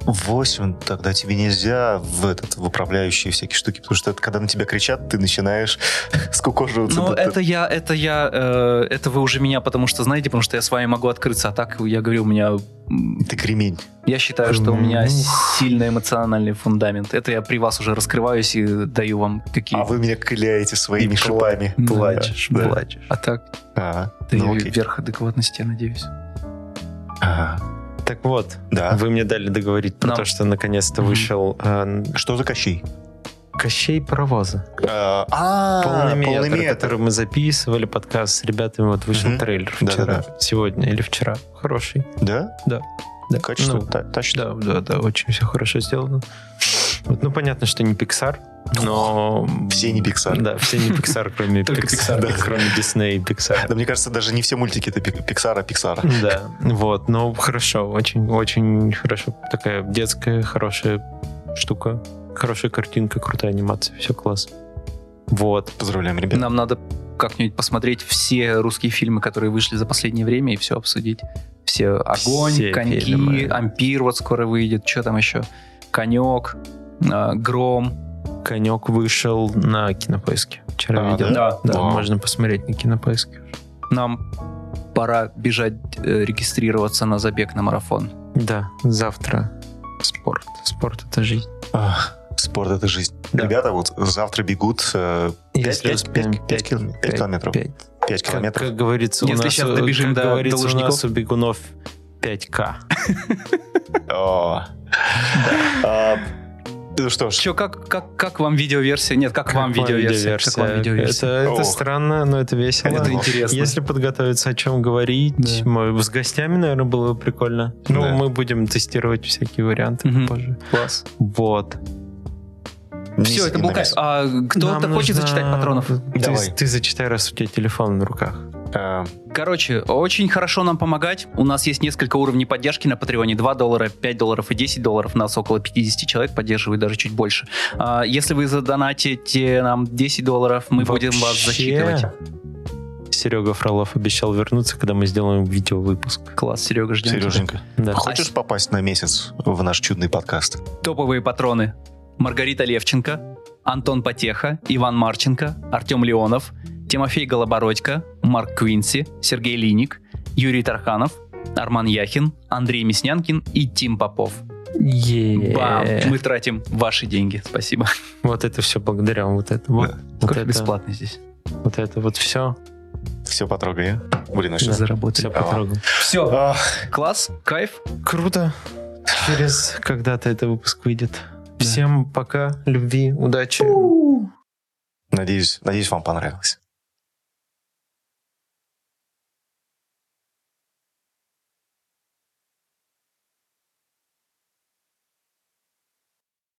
S3: Восемь, тогда тебе нельзя в этот в управляющие всякие штуки, потому что это когда на тебя кричат, ты начинаешь *laughs* скукоживаться.
S1: Ну,
S3: Да, да.
S1: это я, это я, э, это вы уже меня, потому что, знаете, потому что я с вами могу открыться, а так, я говорю, у меня... м,
S3: Ты кремень.
S1: Я считаю, что у меня
S2: Ух.
S1: сильный эмоциональный фундамент. Это я при вас уже раскрываюсь и даю вам какие...
S3: А вы меня кляете своими
S2: И пла-
S3: шипами.
S1: Да.
S2: Плачешь,
S3: Да.
S2: плачешь.
S1: А так,
S3: А,
S1: ты
S3: ну окей.
S1: верх адекватности, я надеюсь.
S3: А,
S2: Так вот,
S3: Да.
S2: вы мне дали договорить про
S1: Нам-
S2: то, что наконец-то
S1: Мгм.
S2: вышел э,
S3: Что за Кощей?
S2: Кощей Паровоза.
S3: Э, А,
S2: полный, метр,
S3: полный метр.
S2: который мы записывали подкаст с ребятами. Вот вышел
S3: Мгм.
S2: трейлер
S3: Да-да-да.
S2: вчера, сегодня или вчера. Хороший.
S3: Да?
S2: Да.
S3: Качество
S2: Ну,
S3: та- тащит.
S2: да, да, да, очень все хорошо сделано. Вот, ну, понятно, что не Pixar, но...
S3: Все не Pixar.
S2: Да, все не Pixar, кроме
S3: *laughs*
S1: Только
S2: Pixar,
S1: Pixar,
S3: да.
S2: кроме Disney и Pixar.
S3: Да мне кажется, даже не все мультики это пик- Пиксара, Пиксара.
S2: Да, вот, но хорошо, очень, очень хорошо. Такая детская, хорошая штука. Хорошая картинка, крутая анимация, все класс. Вот.
S3: Поздравляем, ребят.
S1: Нам надо как-нибудь посмотреть все русские фильмы, которые вышли за последнее время, и все обсудить. Все огонь,
S2: Все
S1: коньки,
S2: фильмы.
S1: ампир вот скоро выйдет, что там еще? Конек, э, гром.
S2: Конек вышел на кинопоиске. Вчера
S3: А,
S2: видел.
S3: да?
S2: Да,
S3: Вау.
S2: можно посмотреть на кинопоиске.
S1: Нам пора бежать э, регистрироваться на забег на марафон.
S2: Да, завтра спорт. Спорт это жизнь.
S3: Ах, Спорт это жизнь.
S2: Да.
S3: Ребята вот завтра бегут э, 5
S2: Если успеем, пять- пять-
S3: километров.
S2: пять.
S3: 5
S2: Как-
S3: километров.
S2: Как, говорится,
S1: Если
S2: у нас, э,
S1: щас добежим
S2: как
S1: до- до
S2: говорится, у
S1: Лужников.
S2: нас у бегунов 5К.
S3: О. А, Ну что ж,
S1: Че, как, как, как вам видеоверсия? Нет, как, вам видеоверсия? Как вам видеоверсия?
S2: Это, это
S3: Ох.
S2: странно, но это весело.
S1: Это интересно.
S2: Если подготовиться, о чем говорить,
S1: Да.
S2: мы- с гостями, наверное, было бы прикольно. Ну,
S3: Да.
S2: мы будем тестировать всякие варианты
S1: Мгм.
S2: позже.
S1: Класс.
S2: Вот.
S1: Все, это был кайф. А кто-то
S2: Нам
S1: хочет
S2: нужно-
S1: зачитать патронов?
S2: Ты,
S3: Давай.
S2: ты зачитай, раз у тебя телефон на руках.
S3: А,
S1: Короче, очень хорошо нам помогать. У нас есть несколько уровней поддержки на Патреоне. 2 доллара, 5 долларов и 10 долларов. Нас около 50 человек поддерживает, даже чуть больше. А, Если вы задонатите нам 10 долларов, мы будем вас
S2: Вообще,
S1: засчитывать.
S2: Серега Фролов обещал вернуться, когда мы сделаем видеовыпуск.
S1: Класс, Серега, ждем тебя.
S3: Сереженька,
S2: Да.
S3: хочешь попасть на месяц в наш чудный подкаст?
S1: Топовые патроны. Маргарита Левченко, Антон Потеха, Иван Марченко, Артем Леонов, Тимофей Голобородько, Марк Квинси, Сергей Линик, Юрий Тарханов, Арман Яхин, Андрей Мяснянкин и Тим Попов.
S2: Е.
S1: Бам! Мы тратим ваши деньги. Спасибо.
S2: Вот это все благодаря вот это вот.
S3: Да.
S2: Вот
S1: Сколько
S2: это-
S1: бесплатно здесь.
S2: Вот это вот все.
S3: Все потрогай. а? Блин, а
S1: Сейчас
S3: сейчас...
S1: заработали.
S2: Все потрогал.
S1: Все.
S3: А,
S1: Класс, кайф.
S2: Круто. Через когда-то этот выпуск выйдет. Всем пока, любви, удачи.
S3: Надеюсь, надеюсь, вам понравилось.